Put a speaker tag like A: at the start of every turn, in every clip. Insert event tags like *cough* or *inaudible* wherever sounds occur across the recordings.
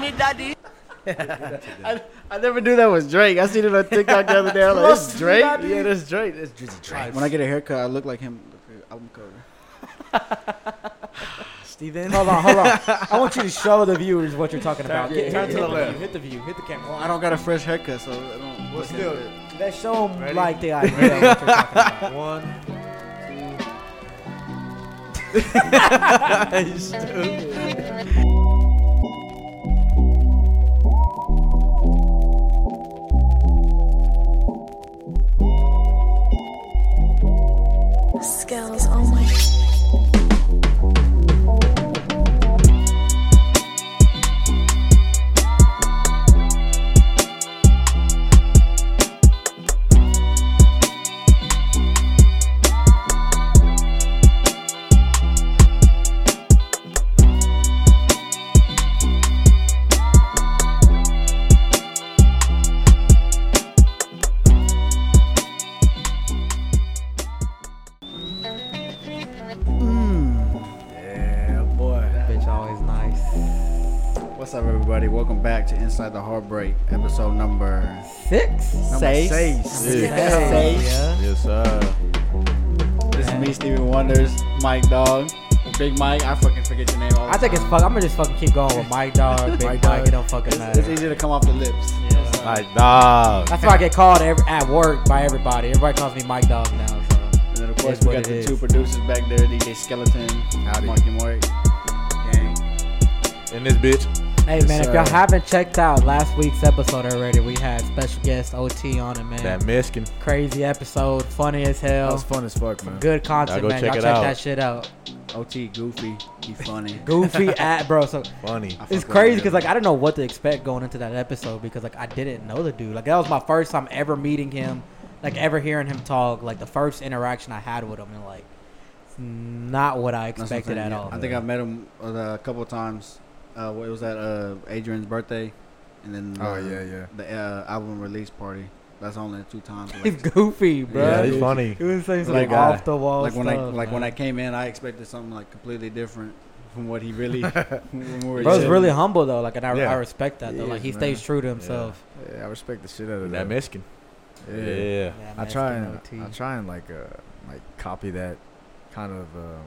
A: me, daddy.
B: I, I never knew that was Drake. I seen it on TikTok the other day. I'm like,
C: Trust
B: it's
C: me,
B: Drake?
C: daddy.
B: Yeah, that's Drake. That's Drizzy Drake. When I get a haircut, I look like him. Look at album cover.
C: Steven. Hold on, hold on. I want you to show the viewers what you're talking about.
B: yeah,
C: Get-
B: yeah,
C: hit,
B: yeah.
C: hit the
B: Yeah.
C: view, hit the view, hit the camera.
B: Well, I don't got a fresh haircut, so I don't.
D: Let's
B: look at
D: do
B: it.
D: it.
C: Let's show 'em,
D: Ready?
C: like they idea what you're talking about.
D: One,
E: Skills only.
B: Yeah, boy.
C: Bitch always nice.
B: What's up, everybody? Welcome back to Inside the Heartbreak, episode number
C: Six.
B: number
C: Seis. Yeah.
D: Yes, sir.
B: This is me, Steven Wonders, Mike Dog, Big Mike. I fucking forget your name all the
C: I think it's
B: time.
C: fuck. I'm gonna just fucking keep going with Mike Dog,
B: Mike
C: Big Mike.
B: Dog.
C: It don't fucking
B: It's, it's
C: matter.
B: easy to come off the lips.
D: My dog.
C: That's why I get called every, at work by everybody. Everybody calls me Mike Dog now. So.
B: And then of course
C: It's
B: we
C: what
B: got the
C: it
B: two
C: is.
B: producers back there, DJ Skeleton,
D: Howdy.
B: Marky Mark, gang.
D: In this bitch.
C: Hey man, if y'all
B: sir.
C: haven't checked out last week's episode already, we had special guest OT on it, man.
D: That Mexican.
C: Crazy episode, funny as
B: That
C: hell.
B: was fun as fuck, man.
C: Good content,
D: go
C: man.
D: check
C: y'all
D: it
C: check
D: out.
C: that shit out.
B: OT goofy, he
C: *laughs*
B: funny. *laughs*
C: Goofy at bro. So
D: Funny.
B: I fuck
C: it's
B: with
C: crazy
B: him.
C: because like I didn't know what to expect going into that episode because like I didn't know the dude. Like that was my first time ever meeting him, like ever hearing him talk. Like the first interaction I had with him, and like it's not what I
B: That's what I'm saying,
C: expected at
B: yeah.
C: *laughs* all.
B: I think I met him uh, a couple of times. Uh, it was at uh, Adrian's birthday, and then
D: Oh,
B: uh,
D: yeah, yeah.
B: the uh, album release party. That's only two
C: *laughs*
B: times.
C: He's
B: Like,
C: goofy, bro.
D: Yeah,
B: Bruh.
D: he's funny.
C: He was saying some
B: Like, uh,
C: off the wall
B: like when I
C: stuff.
B: like when I
C: man.
B: came in, I expected something like completely different from what he
C: *laughs*
B: really. when we were
C: Bro's
B: young.
C: really humble though, like and I,
D: Yeah.
C: I respect that though.
B: He
C: like he
B: is,
C: stays
B: man.
C: true to himself.
F: Yeah, I respect the shit out of
D: That
F: that.
D: Mexican.
F: yeah.
D: Yeah.
C: Yeah,
F: I
C: man,
F: try
C: it's
F: and
C: the
F: I
C: OT.
F: try and like uh like copy that kind of um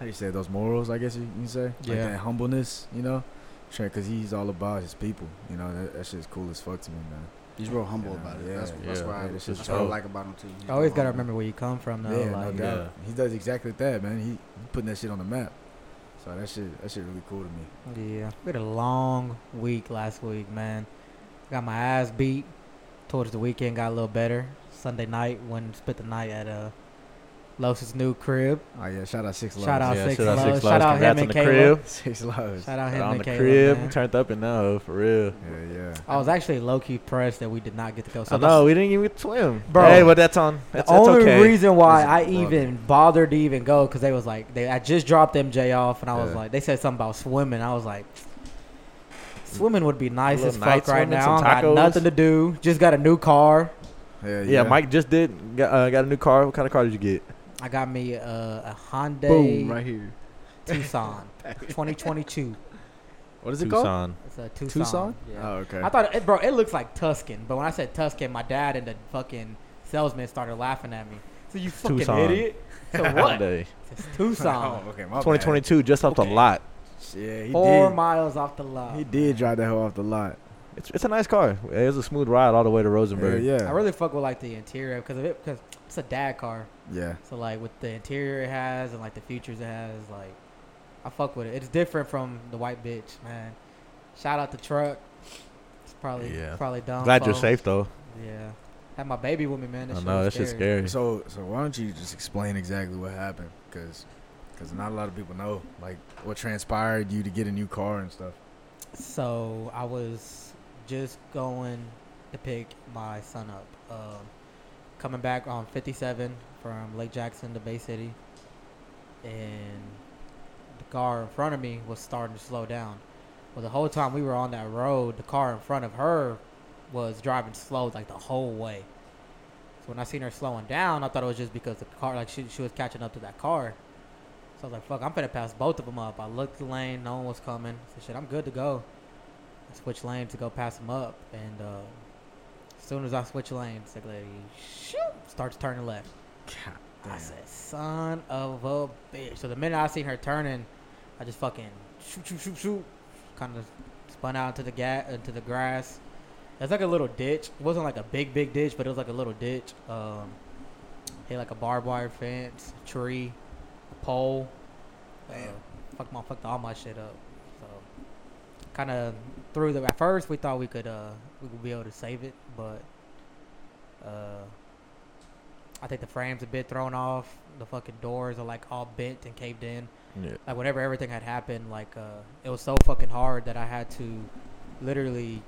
F: how do you say it, those morals? I guess you you can say
C: Yeah.
F: like that humbleness. You know, Sure, because he's all about his people. You know, that, that shit's cool as fuck to me, man.
B: He's real humble
F: Yeah,
B: about it.
F: yeah,
B: that's that's
D: yeah,
B: why I,
F: yeah, this
B: that's
F: is
B: what I
D: dope.
B: like about him too. He's
C: I always
B: real
C: gotta
B: humble.
C: remember where you come from though.
F: yeah,
C: like,
F: no doubt. He does exactly that, man. He, he putting that shit on the map. So that shit that shit really cool to me.
C: Yeah, we had a long week last week, man. Got my ass beat. Towards the weekend, got a little better. Sunday night, when spent the night at uh, Los's new crib.
F: Oh yeah, shout out six
C: Shout out
F: lives.
D: Yeah,
C: Six
D: shout out
C: Loves.
D: Six
C: Shout
D: Loves.
C: out him
D: Congrats on
C: and
D: the
C: Caleb.
D: crib.
F: six lives.
C: Shout out
D: Shout
C: him
D: out
C: and
D: the
C: Caleb.
D: crib.
C: man.
D: We turned up and now, for real.
F: Yeah, yeah.
C: I was actually low key pressed that we did not get to go.
D: I
C: So the-
D: know, we didn't even get to swim.
C: Bro,
D: hey, but that's on. That's,
C: the only
D: that's okay.
C: reason why
F: Listen,
C: I
F: bro.
C: even bothered to even go because they was like they I just dropped MJ off and I was
F: Yeah.
C: like they said something about swimming. I was like, swimming would be nice
D: little
C: as
D: night
C: fuck right
D: swimming,
C: now.
D: some
C: I got
D: tacos.
C: nothing to do. Just got a new car.
F: Yeah,
D: yeah, Mike just did. Got, uh, got a new car. What kind of car did you get?
C: I got me uh, a Hyundai
B: Boom right here.
F: *laughs*
C: Tucson 2022.
F: What is it called?
D: Tucson.
C: It's a Tucson.
F: Tucson?
C: Yeah.
F: Oh, okay.
C: I thought, it, bro, it looks like Tuscan, but when I said Tuscan, my dad and the fucking salesman started laughing at me. So you fucking
D: Tucson.
C: idiot.
D: *laughs*
C: So what?
D: Hyundai.
C: it's Tucson.
F: *laughs* *laughs* Oh, okay, my bad.
D: 2022, just off
C: Okay.
D: the lot.
F: Yeah, he
C: Four
F: did.
C: miles off the lot.
F: He did drive that hoe off the lot.
D: It's, it's a nice car. It was a smooth ride all the way to
F: Yeah,
D: Rosenberg.
F: yeah.
C: I really fuck with like the interior because of it because it's a dad car.
F: yeah.
C: So like with the interior it has and like the features it has, like I fuck with it. It's different from the white bitch, man. Shout out the truck. It's probably
D: Yeah.
C: probably dumb.
D: Glad you're safe though.
C: Yeah. Had my baby with me, man. That
D: I
C: shit
D: know
C: was
D: that's just
C: scary.
D: scary.
F: So, so why don't you just explain exactly what happened? Because, because not a lot of people know like what transpired you to get a new car and stuff.
C: So I was just going to pick my son up. Um, coming back on 57 from Lake Jackson to Bay City, and the car in front of me was starting to slow down. Well, the whole time we were on that road, the car in front of her was driving slow like the whole way. So when I seen her slowing down, I thought it was just because the car, like she, she was catching up to that car. So I was like, fuck, I'm finna pass both of them up. I looked the lane, no one was coming. So shit, I'm good to go. switch lanes to go pass him up, and uh, as soon as I switch lanes, the lady shoot, starts turning left.
F: God
C: I
F: damn.
C: said, "Son of a bitch!" So the minute I seen her turning, I just fucking shoot, shoot, shoot, shoot, kind of spun out into the ga- into the grass. It's like a little ditch. It wasn't like a big, big ditch, but it was like a little ditch. Um, hit like a barbed wire fence, tree, pole. Uh,
F: Damn.
C: fuck my fucked all my shit up. So kind of threw the. At first, we thought we could uh we would be able to save it, but uh. I think the frame's a bit thrown off. The fucking doors are like all bent and caved in.
D: Yeah.
C: Like whenever everything had happened, like uh, it was so fucking hard that I had to literally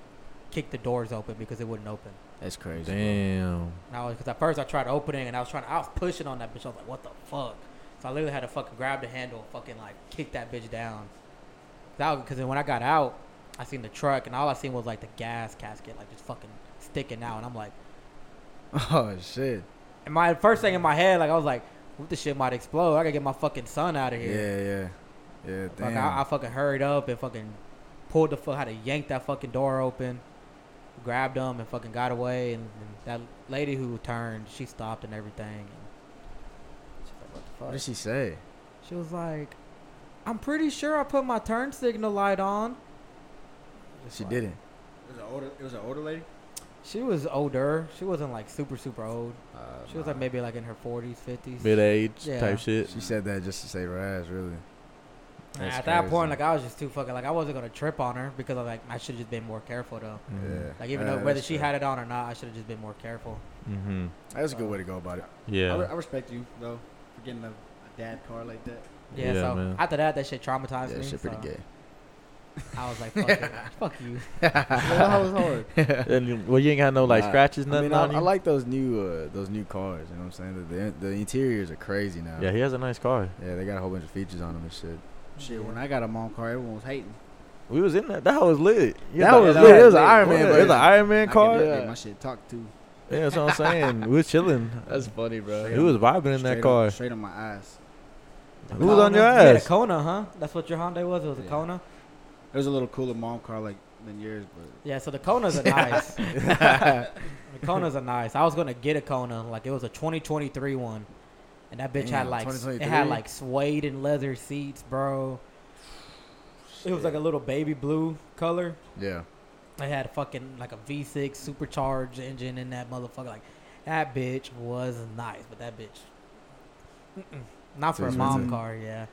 C: kick the doors open because it wouldn't open.
F: That's crazy. bro.
D: Damn.
C: And I was because at first I tried opening and I was trying I was pushing on that bitch. I was like, what the fuck? So I literally had to fucking grab the handle and fucking like kick that bitch down. Because then when I got out, I seen the truck and all I seen was like the gas casket like just fucking sticking out. And I'm like.
F: *laughs* Oh shit.
C: And my first thing in my head, like I was like, "What the shit might explode? I gotta get my fucking son out of
F: Yeah,
C: here."
F: yeah, yeah.
C: like
F: Damn.
C: I, I fucking hurried up and fucking pulled the fuck, had to yank that fucking door open, grabbed him and fucking got away. And, and that lady who turned, she stopped and everything. And she's like, "What the fuck?"
F: what did she say?
C: She was like, "I'm pretty sure I put my turn signal light on." Just
F: She
C: like-
F: didn't.
B: was an older. It was an older lady.
C: She was older. She wasn't like super super old.
F: Uh,
C: She was like maybe like in her 40s, 50s.
D: Mid age
C: Yeah.
D: type shit.
F: She said that just to save her ass, really.
C: Nah,
F: That's
C: at that
F: crazy.
C: point, like I was just too fucking like I wasn't gonna trip on her because I like I should have just been more careful though.
F: Yeah.
C: Like even
F: Uh,
C: though whether
F: that's
C: she
F: fair.
C: had it on or not, I should have just been more careful.
D: Mm-hmm.
F: That's a good way to go about it.
B: I, re-
D: Yeah.
B: I respect you though for getting a, a dad car like
C: *laughs*
B: that.
C: Yeah.
D: Yeah,
C: so
D: man.
C: after that, that shit traumatized
F: Yeah,
C: me.
F: shit pretty
C: so
F: *laughs* gay.
C: I was like, fuck, it. fuck you.
B: that was
C: *laughs*
B: hard.
D: *laughs* And you- well, you ain't got no like
F: Nah,
D: scratches,
F: I
D: nothing
F: mean, I,
D: on
F: I
D: you.
F: like those new uh, those new cars. You know what I'm saying? The, the, the interiors are crazy now.
D: yeah, he has a nice car.
F: Yeah, they got a whole bunch of features on them and shit.
B: Shit, when I got a mom car, everyone was hating.
D: We was in that. That was lit. You
F: That
D: thought-
F: was
D: yeah,
F: lit. It was
D: that
F: an Iron Man,
D: Yeah,
F: but
D: It was an Iron
B: I
D: Man
B: could
D: car.
B: not
D: Yeah.
B: get my shit talked to.
D: that's what I'm saying. we was chilling.
F: funny, bro.
D: We was vibing in
B: Straight
D: that
B: up-
D: car.
B: straight on my ass.
C: The
D: Who was on
C: Kona-
D: your
C: you had a
D: ass?
C: Kona, huh? That's what your Hyundai was. It was a
B: Yeah.
C: Kona.
B: It was a little cooler mom car like than yours, but
C: Yeah. So the Konas are nice. the Konas are nice. I was gonna get a Kona. Like it was a 2023 one, and that bitch
F: Damn,
C: had like s- it had
F: 2023?
C: like suede and leather seats, bro. It was like a little baby blue color.
F: yeah.
C: It had a fucking like a V6 supercharged engine in that motherfucker. Like that bitch was nice, but that bitch, mm-mm, not for a
F: Too
C: mom
F: expensive.
C: car. Yeah,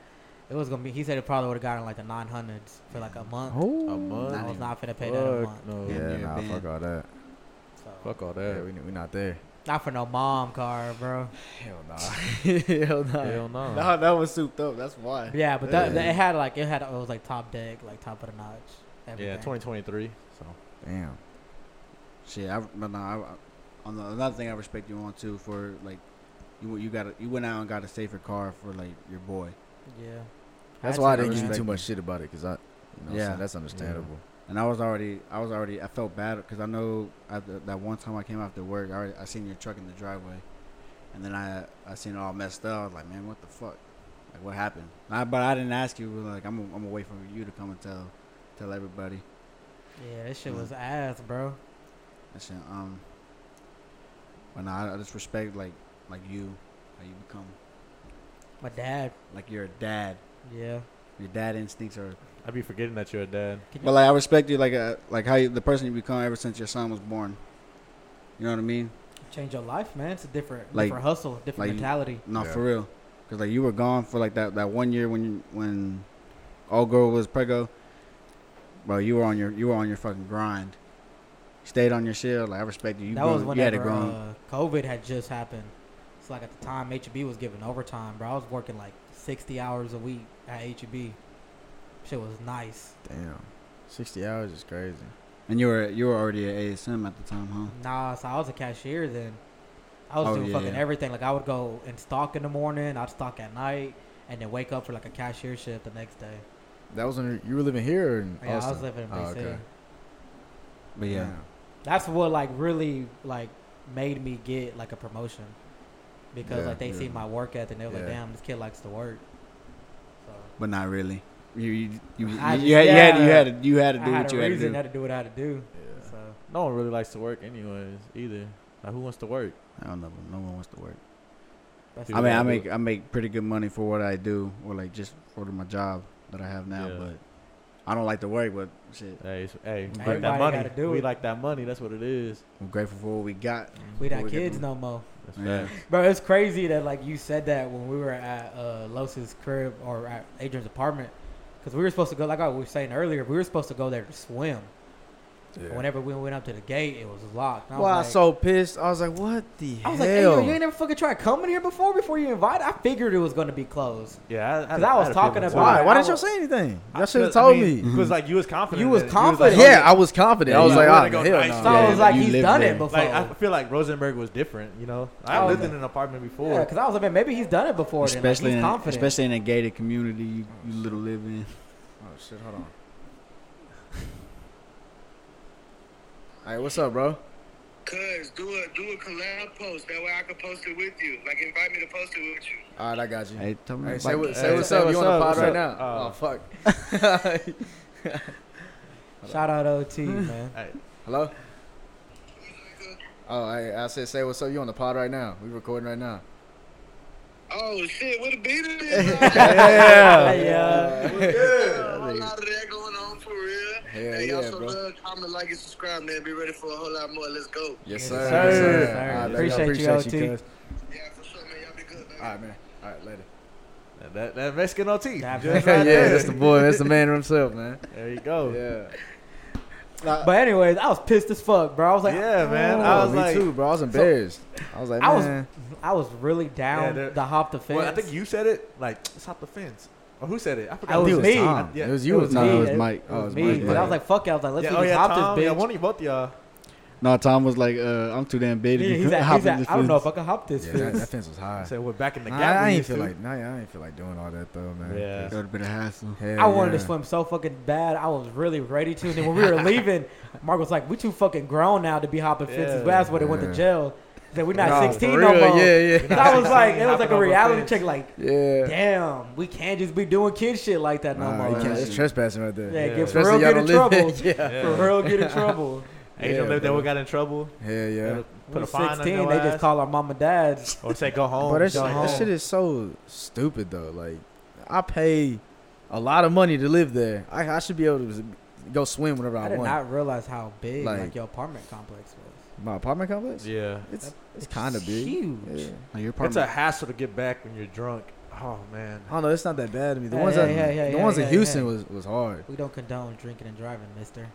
C: it was gonna be. He said it probably would have gotten like the 900s for like a month.
D: A month.
C: I was not finna pay that a month.
D: Fuck no.
B: Yeah,
F: Yeah,
B: yeah,
F: nah,
B: man.
F: fuck all that.
C: So.
D: Fuck all
F: Yeah,
D: that.
F: we, we not there.
C: Not for no mom car, bro.
F: Hell nah. *laughs* Hell nah.
D: Hell no.
B: no, that was souped up. That's why.
C: Yeah, but that,
F: Yeah.
C: it had like it had it was like top deck, like top of the notch.
D: Yeah,
C: Everything.
D: 2023. So
F: Damn.
B: Shit, I no, no, I, I- on the, another thing I respect you on too for like you you got you went out and got a safer car for like your boy.
C: Yeah.
F: That's
C: I'd
F: why I
C: say
F: didn't
C: that.
F: give you too much shit about it, cause I, you know,
B: Yeah.
F: yeah, that's understandable.
B: And I was already I was already I felt bad because I know at the, that one time I came after work I already, I seen your truck in the driveway, and then I I seen it all messed up. I was like, man, what the fuck? Like what happened? And I, but I didn't ask you. Like I'm I'm gonna wait for you to come and tell tell everybody.
C: Yeah, this shit
B: Mm.
C: was ass, bro.
B: That shit. Um. But no, I, I just respect like like you, how you become
C: My dad.
B: like you're a dad.
C: Yeah.
B: Your dad instincts are.
D: I'd be forgetting that you're a dad.
B: But like I respect you like uh like how you, the person you become ever since your son was born. You know what I mean?
C: Change your life, man. It's a different
B: Like-
C: different hustle, different
B: like-
C: mentality.
B: No,
F: Yeah.
B: for real. Cause like you were gone for like that, that one year when you when all girl was prego, bro. You were on your you were on your fucking grind. Stayed on your shit. Like I respect you. You,
C: that
B: grown-
C: was
B: you had it
C: whenever
B: grown.
C: uh, COVID had just happened. It's like at the time HEB was giving overtime, bro. I was working like sixty hours a week at HEB. Shit was nice.
F: Damn. Sixty hours is crazy.
B: and you were you were already at ASM at the time, huh?
C: Nah, so I was a cashier then. I was
B: Oh,
C: doing
B: yeah,
C: fucking
B: yeah.
C: everything. Like I would go and stock in the morning, I'd stock at night, and then wake up for like a cashier shift the next day.
F: That was when you were living here. Or in
C: Yeah, I was
F: Austin?
C: living in Bay
F: Oh, okay.
C: City.
B: But yeah,
F: Damn.
C: That's what like really like made me get like a promotion because
F: Yeah,
C: like they
F: yeah.
C: see my work ethic and they were like,
F: Yeah.
C: damn, this kid likes to work. So
B: but not really. You you you, you,
C: I
B: had, you had
C: just-
B: you had to, you had to
C: I
B: do
C: had
B: what
C: a
B: you had to
C: reason
B: do.
C: I had to do what I had to do.
D: Yeah.
C: So
D: No one really likes to work, anyways, either. Like, who wants to work?
B: I don't know. but No one wants to work.
C: that's
D: I
B: I
C: it.
B: mean, I
D: do
B: make I make pretty good money for what I do, or like just for my job that I have now.
D: Yeah.
B: But I don't like to work. But shit,
D: Hey, it's, hey, we like
C: Everybody
D: that money.
C: gotta do
D: we
C: it.
D: like that money. That's what it is.
B: I'm grateful for what we got.
C: we
B: Before
C: not
B: we get
C: kids
B: to-
C: no more. *laughs*
D: That's
B: Yeah.
D: facts.
C: Bro, it's crazy that like you said that when we were at uh, Los's crib or at Adrian's apartment, because we were supposed to go. Like I was saying earlier, we were supposed to go there to swim.
F: Yeah.
C: And Whenever we went up to the gate, it was locked. And
B: Well, I was
C: was like,
B: so pissed. I was like, "What the
C: I was like, hey,
B: hell?"
C: yo, you ain't never fucking tried coming here before before you invited. I figured it was gonna be closed.
D: Yeah, I,
C: I was talking about
F: Why?
C: Dude,
F: Why
C: I
F: didn't y'all
C: was-
F: say anything? Y'all should have told me.
D: Because like you was confident.
C: You was
D: in it.
C: confident.
D: like,
F: Yeah, I was confident. I was
B: Yeah,
F: like,
D: you
F: ah,
D: wanna go
F: hell
D: nice
F: no.
C: So
D: Yeah,
C: I was like,
B: you
C: he's
B: lived
C: done
B: there.
C: it before.
D: Like I feel like Rosenberg was different. You know, I
C: Oh,
D: lived
C: yeah.
D: in an apartment before. *laughs*
C: yeah, because I was like, man, maybe he's done it before. then, like,
B: especially
C: he's
B: in,
C: confident.
B: especially in a gated community you, you little live in.
F: Oh shit, hold on. *laughs* Hey, what's up, bro?
A: Cuz, do a do a collab post. That way I can post it with you. Like invite me to post it with you.
F: All right, I got you. Hey,
B: Hey, tell me
F: say,
B: about
F: what,
B: it.
F: say
D: Hey,
F: what's
D: say
F: up.
D: what's
F: you on the pod
D: up, what's
F: right
D: up?
F: now?
D: Uh,
F: oh fuck.
C: Shout out OT, man.
D: Hey,
F: Hello. Oh, hey, I said, say what's up. You on the pod right now? We recording right now.
A: Oh shit, what a beat it is.
D: Yeah.
C: yeah.
A: Yeah, a whole lot of that going on for real.
F: Hell
A: hey,
F: yeah,
A: y'all so
F: bro.
A: love, comment, like, and subscribe, man. Be ready for a whole lot more. Let's go.
F: Yes,
C: Yes,
F: sir.
C: sir.
F: Yes, sir.
C: Sir.
F: All right, man.
C: Appreciate you,
F: Appreciate
C: OT.
F: you, cuz.
A: Yeah, for sure, man. Y'all be good, man.
F: All
G: Uh,
F: right, man. All right, later.
D: that, that Mexican OT.
C: Nah,
D: Just
F: yeah,
D: right there.
F: that's the boy. That's the man himself, man.
D: There you go. Yeah,
F: Yeah.
C: But anyways, I was pissed as fuck, bro. I was like,
D: man.
F: Oh,
D: I was
F: me
D: like,
F: too, bro. I was embarrassed. I was like,
C: I was-
F: man.
C: I was really down
D: Yeah, that-
C: to hop the fence.
D: Well, I think you said it. Like, let's hop the fence. Or who said it? I forgot.
C: I was
D: who
F: Dude,
D: said
C: me.
D: it.
F: Tom.
D: Yeah,
F: It was
C: it
F: you.
C: was
F: or
B: No,
F: Tom.
C: me.
B: it
C: It-
B: was Mike.
F: Oh, it was
C: me,
F: Mike.
C: because I was like, fuck it. I was like, let's
D: Yeah,
C: see
D: oh
C: if
D: yeah,
C: hop
D: Tom.
C: this bitch.
D: Yeah, one of both of y'all.
B: No, Tom was like, uh, "I'm too damn big to
C: Yeah,
B: be *laughs*
C: he's at, he's
B: hopping
C: at,
B: this
C: I don't know
B: fence."
C: if I can hop this
F: yeah, that,
C: fence.
F: that fence was high.
D: So we're back in the
F: Nah,
D: gap.
F: I
D: we
F: ain't
D: used
F: feel
D: to.
F: like, nah, I ain't feel like doing all that though, man.
D: Yeah.
B: That would have been a hassle.
F: Hell
C: I wanted
F: yeah.
C: to swim so fucking bad. I was really ready to. And then when we were leaving, Mark was like, "We too fucking grown now to be hopping fences."
D: Yeah.
C: But that's when it went to
F: Yeah.
C: jail. He said, "We're not
F: Nah,
C: 16
F: for
C: no
F: real,
C: more."
F: Yeah,
C: *laughs*
D: You're not
C: I was
D: 16,
C: like, it was like
D: hopping
C: a
D: over a
C: reality
D: fence.
C: check. Like,
F: yeah, yeah.
C: damn, we can't just be doing kid shit like that no
F: Nah,
C: more.
F: you can't. It's
B: Yeah.
F: trespassing right there.
C: yeah,
D: Yeah.
C: get for
F: Especially y'all
C: real, get in
F: don't live
C: trouble.
F: there. *laughs*
C: *laughs*
F: yeah.
D: Yeah.
C: For real, get in trouble.
D: Angel
F: Yeah,
D: lived there.
F: bro.
D: We got in trouble.
F: Hell yeah.
D: Gotta Put
C: We're
D: a fine on
C: 16.
D: your
C: They
D: ass.
C: just call our mom and dads.
D: or
C: *laughs*
D: say go home.
F: But that, shit,
C: Go
F: that
C: home.
F: shit is so stupid though. Like, I pay a lot of money to live there. I, I should be able to go swim whenever I,
C: I did
F: want.
C: not realize how big like,
F: Like-
C: your apartment complex was.
F: My apartment complex.
D: yeah,
F: It's it's kind of big.
C: Huge.
F: Yeah.
B: Like, your
D: it's a
B: apartment,
D: hassle to get back when you're drunk. Oh man,
F: I don't know. It's not that bad to me. The
C: Yeah,
F: ones
C: yeah,
F: that,
C: yeah, yeah,
F: the
C: yeah,
F: ones
C: yeah,
F: in Houston
C: yeah.
F: was was hard.
C: We don't condone drinking and driving, Mister.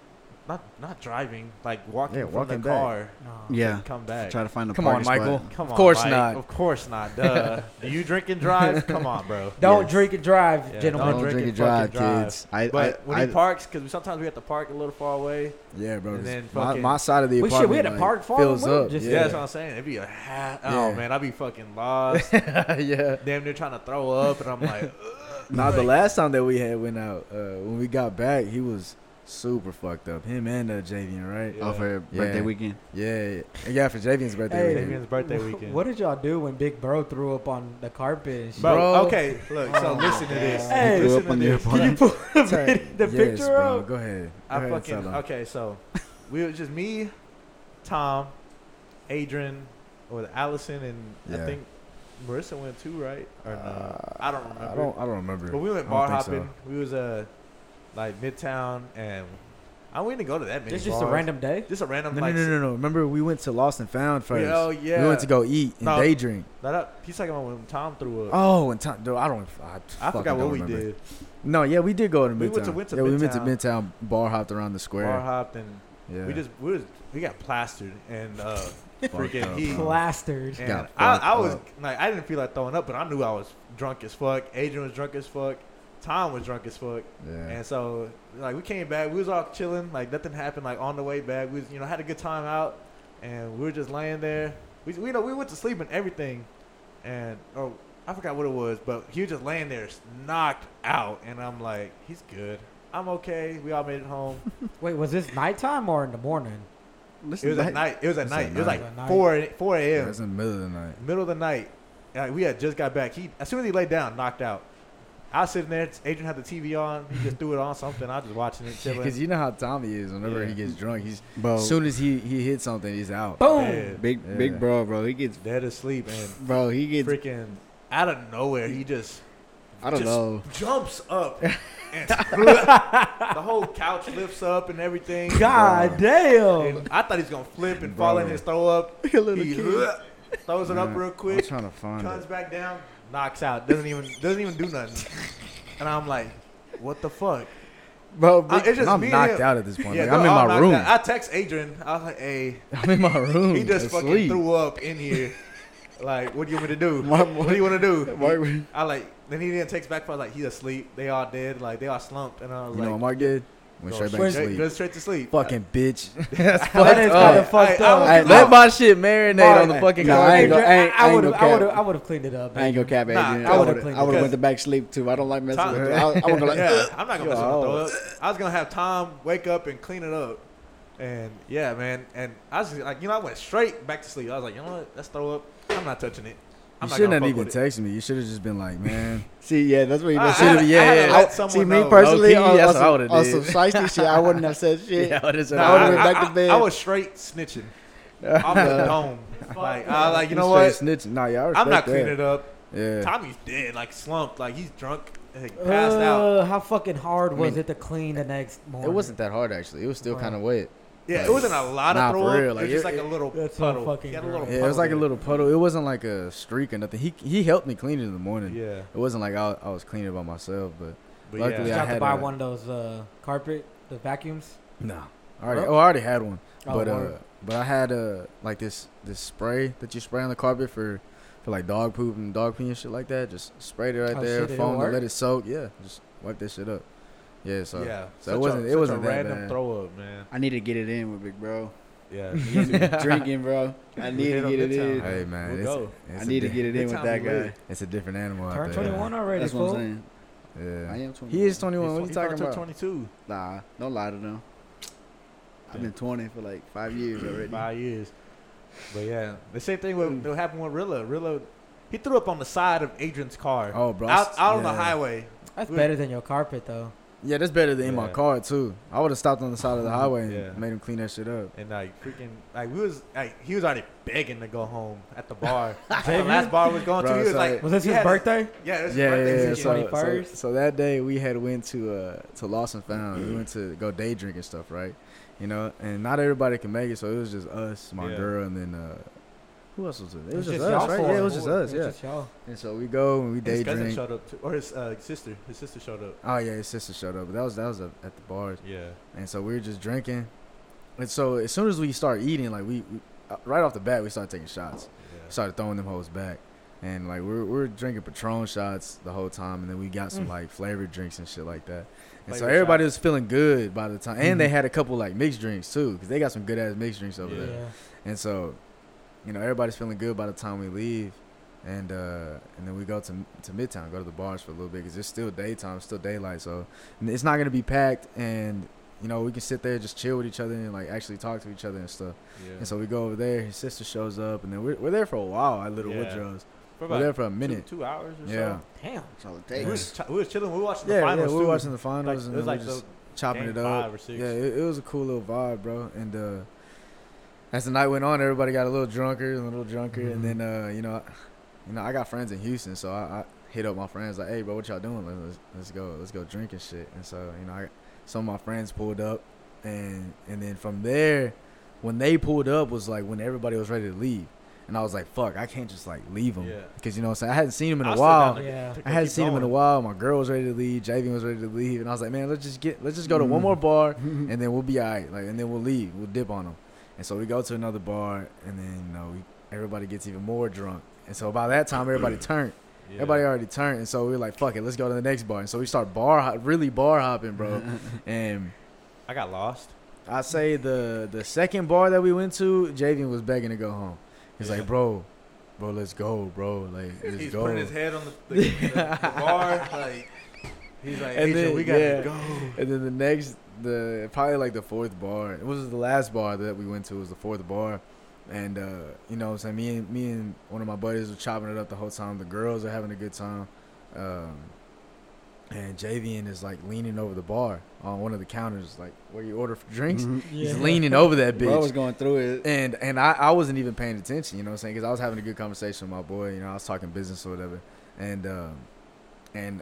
D: not not driving, like walking
F: Yeah,
D: from
F: walking
D: the
F: back.
D: car.
C: No.
B: yeah.
D: and come back.
B: Try to find a
F: Come on,
B: parking spot.
F: Michael.
D: Come
F: Of
D: on,
F: course
D: Mike.
F: not.
D: Of course not. Duh. Do you drink and drive? Come on, bro.
C: Don't
F: Yes.
C: drink and drive,
D: Yeah,
C: gentlemen.
B: Don't
D: drink
B: drink
D: and
B: and drive,
D: fucking drive.
B: kids. I,
D: But
B: I,
D: when
B: I,
D: he parks, because sometimes we have to park a little far away.
F: Yeah, bro.
D: And
F: 'cause
D: then
F: my,
D: fucking-
F: my side of the
C: We
F: apartment
C: should- we had to
F: like,
C: park far
F: fills
C: away,
F: up.
C: just-
D: Yeah,
F: yeah,
D: that's what I'm saying. It'd be a ha- Oh
F: Yeah.
D: man, I'd be fucking lost.
F: *laughs* yeah.
D: Damn, they're trying to throw up, and I'm like,
F: Now the last time that we had went out, uh, when we got back, he was super fucked up. Him and uh, Javian, right?
B: oh, for
F: Yeah.
B: birthday weekend.
F: Yeah, yeah, yeah. For Javian's birthday,
C: Hey,
F: we did. *laughs*
D: Damien's birthday weekend.
C: What did y'all do when Big Bro threw up on the carpet and shit?
D: bro,
F: Bro.
D: Okay, look. So
C: Oh,
D: listen to
C: man.
D: this.
C: Hey,
B: Threw
D: listen
B: up
D: to
B: on your
D: this.
B: apartment.
C: Can you pull the,
F: Sorry. *laughs*
C: vid- the *laughs*
F: Yes,
C: picture
F: bro.
C: up?
F: Go ahead. Go
D: I
F: ahead,
D: fucking
F: Salo.
D: okay. So we was just me, Tom, Adrian, or Allison, and
F: Yeah.
D: I think Marissa went too, right? Or no?
F: Uh,
D: I don't remember.
F: I don't. I don't remember.
D: but we went
F: I don't
D: bar
F: think so.
D: hopping. We was uh like Midtown, and I wouldn't even go to that many.
C: It's just a
D: bars.
C: random day.
D: Just a random
F: No, no,
D: like.
F: no, no, no. Remember, we went to Lost and Found first.
D: Yeah, oh yeah.
F: We went to go eat and
D: No.
F: day drink.
D: Not up. He's talking about when Tom threw up.
F: Oh, and time, dude, I don't. I,
D: I forgot what we did.
F: No, yeah, we did go to Midtown.
D: We went to- went to
F: yeah, we went to
D: Midtown.
F: Midtown. Bar hopped around the square.
D: Bar hopped and
F: yeah,
D: we just we was, we got plastered and uh, freaking
F: up,
D: he.
F: bro.
C: Plastered.
D: And
F: Got
D: I,
F: fucked
D: I was
F: up.
D: like, I didn't feel like throwing up, but I knew I was drunk as fuck. Adrian was drunk as fuck. Tom was drunk as fuck.
F: yeah.
D: And so, like, we came back. We was all chilling. Like, nothing happened. Like, on the way back, we was, you know had a good time out, and we were just laying there. We, we you know we went to sleep and everything, and oh, I forgot what it was, but he was just laying there, s- knocked out, and I'm like, he's good. I'm okay. We all made it home.
C: Wait, was this nighttime or in the morning?
F: *laughs*
D: It was at night. It was at
F: It's
D: night.
F: at
D: It was
F: night.
C: At
D: like
C: night.
D: four a- four a.m.
F: yeah, it was in the middle of the night.
D: middle of the night. Like, we had just got back. He as soon as he laid down, knocked out. I was sitting there. Adrian had the TV on. He just threw it on something. I was just watching it, chilling.
F: Because you know how Tommy is. Whenever
D: Yeah. Oh.
F: he gets drunk, he's
B: bro.
F: as soon as he he hits something, he's out.
C: Boom.
D: Yeah,
B: Big
F: Yeah.
B: big bro, bro. He gets
D: dead asleep and
B: bro. He gets.
D: freaking out of nowhere. He just
B: I don't
D: just
B: know.
D: jumps up. and the whole couch lifts up and everything.
C: God damn.
D: And I thought he was gonna flip and fall in
F: Bro.
D: his throw up. he *laughs* throws it up
B: Man,
D: real
B: I'm
D: quick,
B: trying to find
D: comes
B: it.
D: back down, knocks out. Doesn't even doesn't even do nothing. And I'm like, what the fuck?
F: Bro,
D: I- it's just
F: I'm
D: me and
F: knocked
D: him.
F: out at this point. like,
D: no,
F: I'm in my
D: all knocked
F: room.
D: out. I text Adrian. I was like, hey,
F: *laughs* I'm in my room.
D: he just fucking
F: asleep.
D: threw up in
F: *laughs*
D: here. Like, what do you want me to do?
B: Why-
D: what do you want to do?
B: Why would-
D: I like. Then he didn't text back. For like, he's asleep. They all dead. Like, they all slumped. And I was
F: You know
D: like,
F: what Mark did? Went
D: go
F: straight back to
C: straight-
F: sleep.
D: Go straight to sleep. *laughs*
F: Fucking bitch.
C: *laughs* That is kind of
D: up.
C: fucked
D: Hey, I
C: up.
D: was-
F: Hey, let my shit marinate
C: Mark,
F: on the
B: hey,
F: fucking
B: nah, I ain't go-
C: Adrian,
B: I ain't- I
C: I
B: ain't
C: would have,
B: gonna
C: I would have,
B: cap.
C: I would have cleaned it up.
B: I ain't gonna cap
D: Nah,
B: Adrian.
D: I
B: I
D: would've
B: would have.
C: cleaned it.
B: I would have
D: Because-
B: went to back sleep too. I don't like messing
D: Tom-
B: with. I, I
D: *laughs*
B: was gonna.
D: yeah, I'm not gonna mess with
F: Yo.
D: throw up. I was gonna have Tom wake up and clean it up, and yeah, man. And I was just like, you know, I went straight back to sleep. I was like, you know what? Let's throw up. I'm not touching it.
F: You
D: I'm not
F: shouldn't
D: gonna
F: have
D: fuck
F: even
D: with it.
F: texted me. You should have just been like, man.
D: *laughs*
B: See, yeah, that's what you
D: I- I
B: know.
D: had-
F: should've- yeah,
D: I had to
F: yeah.
D: let
B: I-
D: someone
B: see, me
D: know.
B: personally,
F: Low-key,
B: on,
F: that's
B: on
F: what I
B: some,
F: would've
B: on
F: did.
B: some shiesty shit, I wouldn't
F: *laughs*
B: have said shit.
F: Yeah, what is
D: Nah,
F: that?
B: I would've
D: I,
B: been back to
D: I-
B: bed.
D: I was
F: *laughs*
D: straight snitching off the dome. Like, I was like, you know
F: straight
D: what?
F: Snitching. Nah, y'all
D: I'm
F: respect
D: not
F: that.
D: cleaning it up.
F: Yeah.
D: Tommy's dead, like slumped, like he's drunk, like,
C: Uh,
D: passed out.
C: How fucking hard was
F: mean,
C: it to clean the next morning?
F: It wasn't that hard actually. It was still
C: Wow.
F: kind of wet.
D: Yeah, it wasn't a lot of
F: Nah, for
D: throw up.
F: real,
D: it
F: like,
D: was just
F: it-
D: like a little
C: That's so
D: puddle.
C: fucking
D: He had a little
C: gross.
F: Yeah, it was like a
D: puddle
F: little puddle. It wasn't like a streak or nothing. He he helped me clean it in the
D: there.
F: morning. *laughs*
D: Yeah,
F: It wasn't like I, I was cleaning it by myself, but
D: but
F: Luckily,
C: Did you
D: yeah.
F: I
C: have to
F: had
C: buy
F: a-
C: one of those uh, carpet, the vacuums.
F: no. I already,
C: Bro.
F: oh, I already had one,
C: Oh,
F: but uh,
C: word.
F: but I had uh like this this spray that you spray on the carpet for for like dog poop and dog pee and shit like that. Just sprayed it right
C: Oh,
F: there,
C: shit, it
F: foam, to
C: worked?
F: let it soak. Yeah, just wipe that shit up. Yeah, so so
D: yeah,
F: it
D: Such a-
F: wasn't- it
D: such
F: wasn't
D: a
F: that
D: random
F: bad.
D: throw up, man.
B: I need to get it in with
F: *laughs*
B: Big Bro.
D: *laughs* Yeah,
B: He's been drinking, bro. I need
D: hit
B: to
D: up
B: get it
D: Midtown.
B: in.
F: hey man,
D: We'll
F: it's,
D: go.
F: it's
B: I
F: a
B: need to
F: di-
B: get it in with
D: Midtown
B: that
D: we
B: guy.
D: lit.
F: It's a different animal out
C: Turn
F: there.
C: 21 already.
B: That's what I'm
C: fool.
B: saying.
F: Yeah.
B: I am 21.
F: He is 21. What are you
D: He's
F: talking
D: turned
F: about?
D: 22,
B: Nah, don't lie to them. I've been 20 for like five years already.
D: five years. But yeah, the same thing
F: Mm.
D: with, that happened with Rilla. Rilla, he threw up on the side of Adrian's car.
F: Oh, bro. I
D: out,
F: s-
D: out on the
F: yeah.
D: highway.
C: That's
D: We-
C: better than your carpet, though.
F: Yeah, that's better than in my
D: Yeah.
F: car too. I would have stopped on the side of
D: *laughs*
F: the highway and
D: Yeah.
F: made him clean that shit up.
D: And like freaking, like we was like he was already begging to go home at
F: *laughs*
D: the bar. Like, the
C: Xavier?
D: last bar we was going to,
F: Bro,
D: he was
F: so-
D: like,
C: Was this
D: he
C: his
D: had
C: birthday?
D: Yeah, this
F: Yeah, yeah, yeah.
D: is
C: so-
D: birthday.
F: So, so,
C: 21st?
F: so that day we had went to uh to Lost and Found. We went to go day drink and stuff, right? You know, and not everybody can make it, so it was just us, my
D: Yeah.
F: girl, and then uh who else was it? It was just,
C: y'all
F: us, right?
C: four.
F: Yeah, it was just us,
C: It was
F: yeah.
C: just y'all.
F: And so we go and we day
D: His cousin
F: drink.
D: showed up too, or his uh, sister. His sister showed up.
F: Oh yeah, his sister showed up, but that was that was uh, at the bars.
D: Yeah.
F: and so we were just drinking. And so as soon as we start eating, like we, we uh, right off the bat, we started taking shots. Started throwing them hoes back, and like we we're we we're drinking Patron shots the whole time, and then we got some
C: Mm.
F: like flavored drinks and shit like that. And so
D: Flavored
F: everybody
D: shots.
F: was feeling good by the time, and they
C: Mhm.
F: had a couple like mixed drinks too, because they got some good ass mixed drinks over
D: Yeah.
F: there.
C: Yeah.
F: And so, you know, everybody's feeling good by the time we leave, and uh, and then we go to to Midtown, go to the bars for a little bit because it's still daytime, it's still daylight, so and it's not gonna be packed, and you know we can sit there just chill with each other and like actually talk to each other and stuff.
D: Yeah.
F: And so we go over there. His sister shows up, and then we're, we're there for a while at Little
D: Yeah.
F: Woodrow's. We're
D: for about
F: there for a
D: two-
F: minute.
D: two, hours or
F: Yeah.
D: so.
C: Damn.
B: That's all it
D: We
F: Yeah.
D: was, *laughs*
B: takes.
D: ch- we was chilling. We were watching the
F: yeah, yeah,
D: finals
F: we
D: too.
F: were watching the finals, and
D: like, it
F: then
D: was like
F: we're
D: the
F: just chopping
D: game
F: it up.
D: five or six.
F: Yeah, it, it was a cool little vibe, bro. And uh, as the night went on, everybody got a little drunker, a little drunker, and then uh, you know, you know, I got friends in Houston, so I, I hit up my friends like, "Hey, bro, what y'all doing? Let's, let's let's go, let's go drink and shit." And so you know, I, some of my friends pulled up, and and then from there, when they pulled up was like when everybody was ready to leave, and I was like, "Fuck, I can't just like leave them
D: Yeah.
F: because you know what I'm saying I hadn't seen them in
D: I
F: a
D: was still
F: while."
D: down there
C: Yeah.
D: to go
F: I hadn't
D: keep
F: seen him in a
D: going.
F: while. My girl was ready to leave. Javian was ready to leave, and I was like, "Man, let's just get, let's just go
D: Mm.
F: to one more bar, and then we'll be all right. Like, and then we'll leave. We'll dip on them." And so we go to another bar, and then you know, we, everybody gets even more drunk. And so by that time,
D: *clears throat*
F: everybody turned.
D: Yeah.
F: Everybody already turned, and so we were like, "Fuck it, let's go to the next bar." And so we start bar, hop, really bar hopping,
D: *laughs*
F: bro. and
D: I got lost.
F: I say the the second bar that we went to, Javian was begging to go home. He's
D: Yeah.
F: like, "Bro, bro, let's go, bro. Like, let's
D: He's
F: go."
D: putting his head on
F: *laughs*
D: the, the, the, the bar. Like he's like,
F: And
D: Adrian,
F: then-
D: we gotta
F: yeah.
D: go.
F: And then the next, the probably like the fourth bar. It was the last bar that we went to. Was the fourth bar, and uh, you know, what I'm saying me and me and one of my buddies were chopping it up the whole time. The girls are having a good time. Um, and Javian is like leaning over the bar on one of the counters, like where you order for *laughs* drinks. He's
C: Yeah.
F: leaning over that bitch.
B: Mm-hmm.
F: Eh.
B: Bro was going through it.
F: And and I, I wasn't even paying attention, you know what I'm saying? Because I was having a good conversation with my boy, you know, I was talking business or whatever. And um, and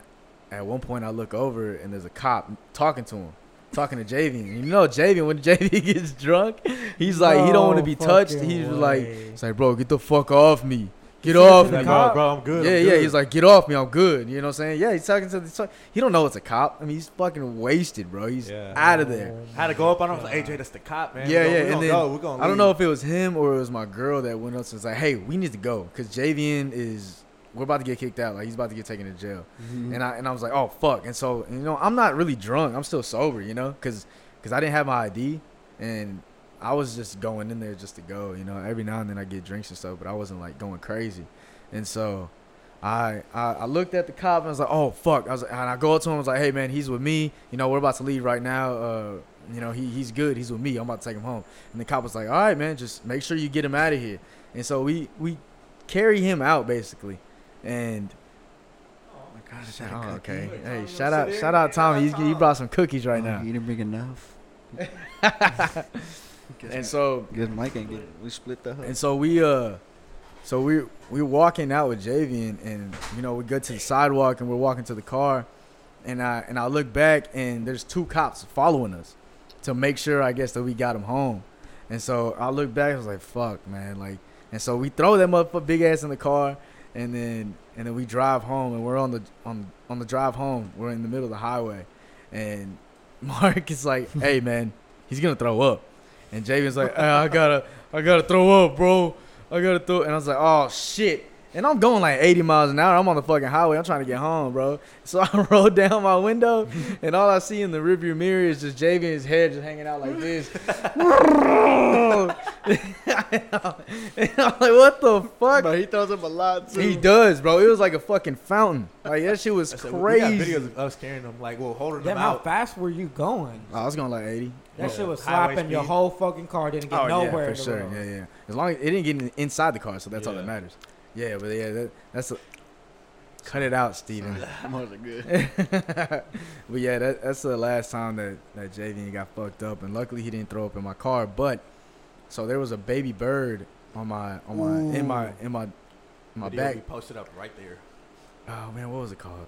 F: at one point I look over and there's a cop talking to him, talking to Javian. You know, Javian when *laughs* Javian gets drunk, he's like he don't want to be
C: No
F: touched.
C: fucking
F: He's like,
C: way.
F: it's like, bro, get the fuck off me, get
C: said
F: off me.
C: to the
D: Like,
C: cop.
D: bro, bro, I'm good.
F: Yeah,
D: I'm
F: yeah.
D: good.
F: He's like, get off me. I'm good. You know what I'm saying? Yeah, he's talking to the. he's talk- He don't know it's a cop. I mean, he's fucking wasted, bro. He's
D: Yeah.
F: out of there.
D: had to go up on him. I was like, AJ, that's the cop, man.
F: Yeah, yeah,
D: we Gonna,
F: and
D: we
F: then-
D: gonna go. We're gonna
F: I don't know if it was him or it was my girl that went up and was like, "Hey, we need to go because Javian is we're about to get kicked out. Like he's about to get taken to jail."
B: Mhm.
F: And I and I was like, "Oh fuck!" And so you know, I'm not really drunk. I'm still sober, you know, because I didn't have my ID and I was just going in there just to go. You know, every now and then I get drinks and stuff, but I wasn't like going crazy. And so I I, I looked at the cop and I was like, "Oh fuck!" I was like, and I go up to him. I was like, "Hey man, he's with me. You know, we're about to leave right now. Uh, you know, he he's good. He's with me. I'm about to take him home." And the cop was like, "All right, man, just make sure you get him out of here." And so we we carry him out basically, and
B: Oh my God, is that a
F: Oh,
B: cookie?
F: okay. Hey,
D: Look, Tommy,
F: shout
D: I'm
F: out,
D: sitting
F: shout
D: here.
F: out, Tommy. He's, he brought some cookies right
B: Oh,
F: now.
B: You didn't bring *laughs* enough. Guess-
F: And so,
B: guess Mike ain't get. it. We split the
F: and so we, uh, so we we walking out with Javian, and you know we go to the sidewalk, and we're walking to the car, and I and I look back, and there's two cops following us to make sure, I guess, that we got him home. And so I look back, I was like, fuck, man, like. And so we throw them up for big ass in the car, and then and then we drive home, and we're on the on on the drive home, we're in the middle of the highway, and *laughs* Mark is like, hey man, he's gonna throw up, and Javen's like, "Uh, I gotta I gotta throw up, bro, I gotta throw, and I was like, oh shit. And I'm going like 80 miles an hour. I'm on the fucking highway. I'm trying to get home, bro. So *laughs* I roll down my window, and all I see in the rearview mirror is just Javen's head just hanging out like this. *laughs*
D: *laughs*
F: and I'm like, what the fuck?
B: he throws up a lot
F: He does, bro. It was like a fucking fountain. Like that shit was
D: I said,
F: crazy.
D: We got videos of us carrying them, like, well, holding
C: Damn,
D: them
C: how
D: out.
C: fast were you going?
F: I was going like eighty.
C: That
D: Yeah.
C: shit was
D: Highway
C: slapping. Your
D: speed.
C: whole fucking car didn't get nowhere.
F: Oh, yeah,
C: in
F: for
C: the
F: sure.
C: road.
F: Yeah, yeah. As long as it didn't get in, inside the car, so that's all that
D: Yeah.
F: matters. Yeah, but yeah, that, that's a, cut it out,
B: *laughs*
F: Steven.
B: good.
F: *laughs* but yeah, that, that's the last time that that Javian got fucked up, and luckily he didn't throw up in my car. But so there was a baby bird on my on my in my in my my
D: Video
F: back.
D: We posted up right there.
F: Oh man, what was it called?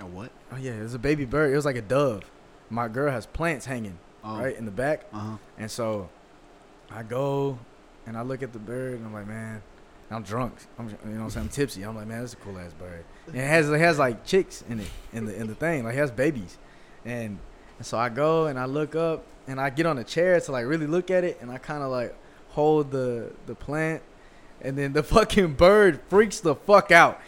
B: A what?
F: Oh yeah, it was a baby bird. It was like a dove. My girl has plants hanging
B: Oh.
F: right in the back.
B: Uh huh.
F: And so I go and I look at the bird and I'm like, man, I'm drunk. I'm you know what I'm saying? I'm tipsy. I'm like, man, that's a cool ass bird. And it has it has like chicks in it in the in the thing. Like it has babies. And and so I go and I look up and I get on a chair to like really look at it and I kinda like hold the the plant and then the *laughs* fucking bird freaks the fuck out.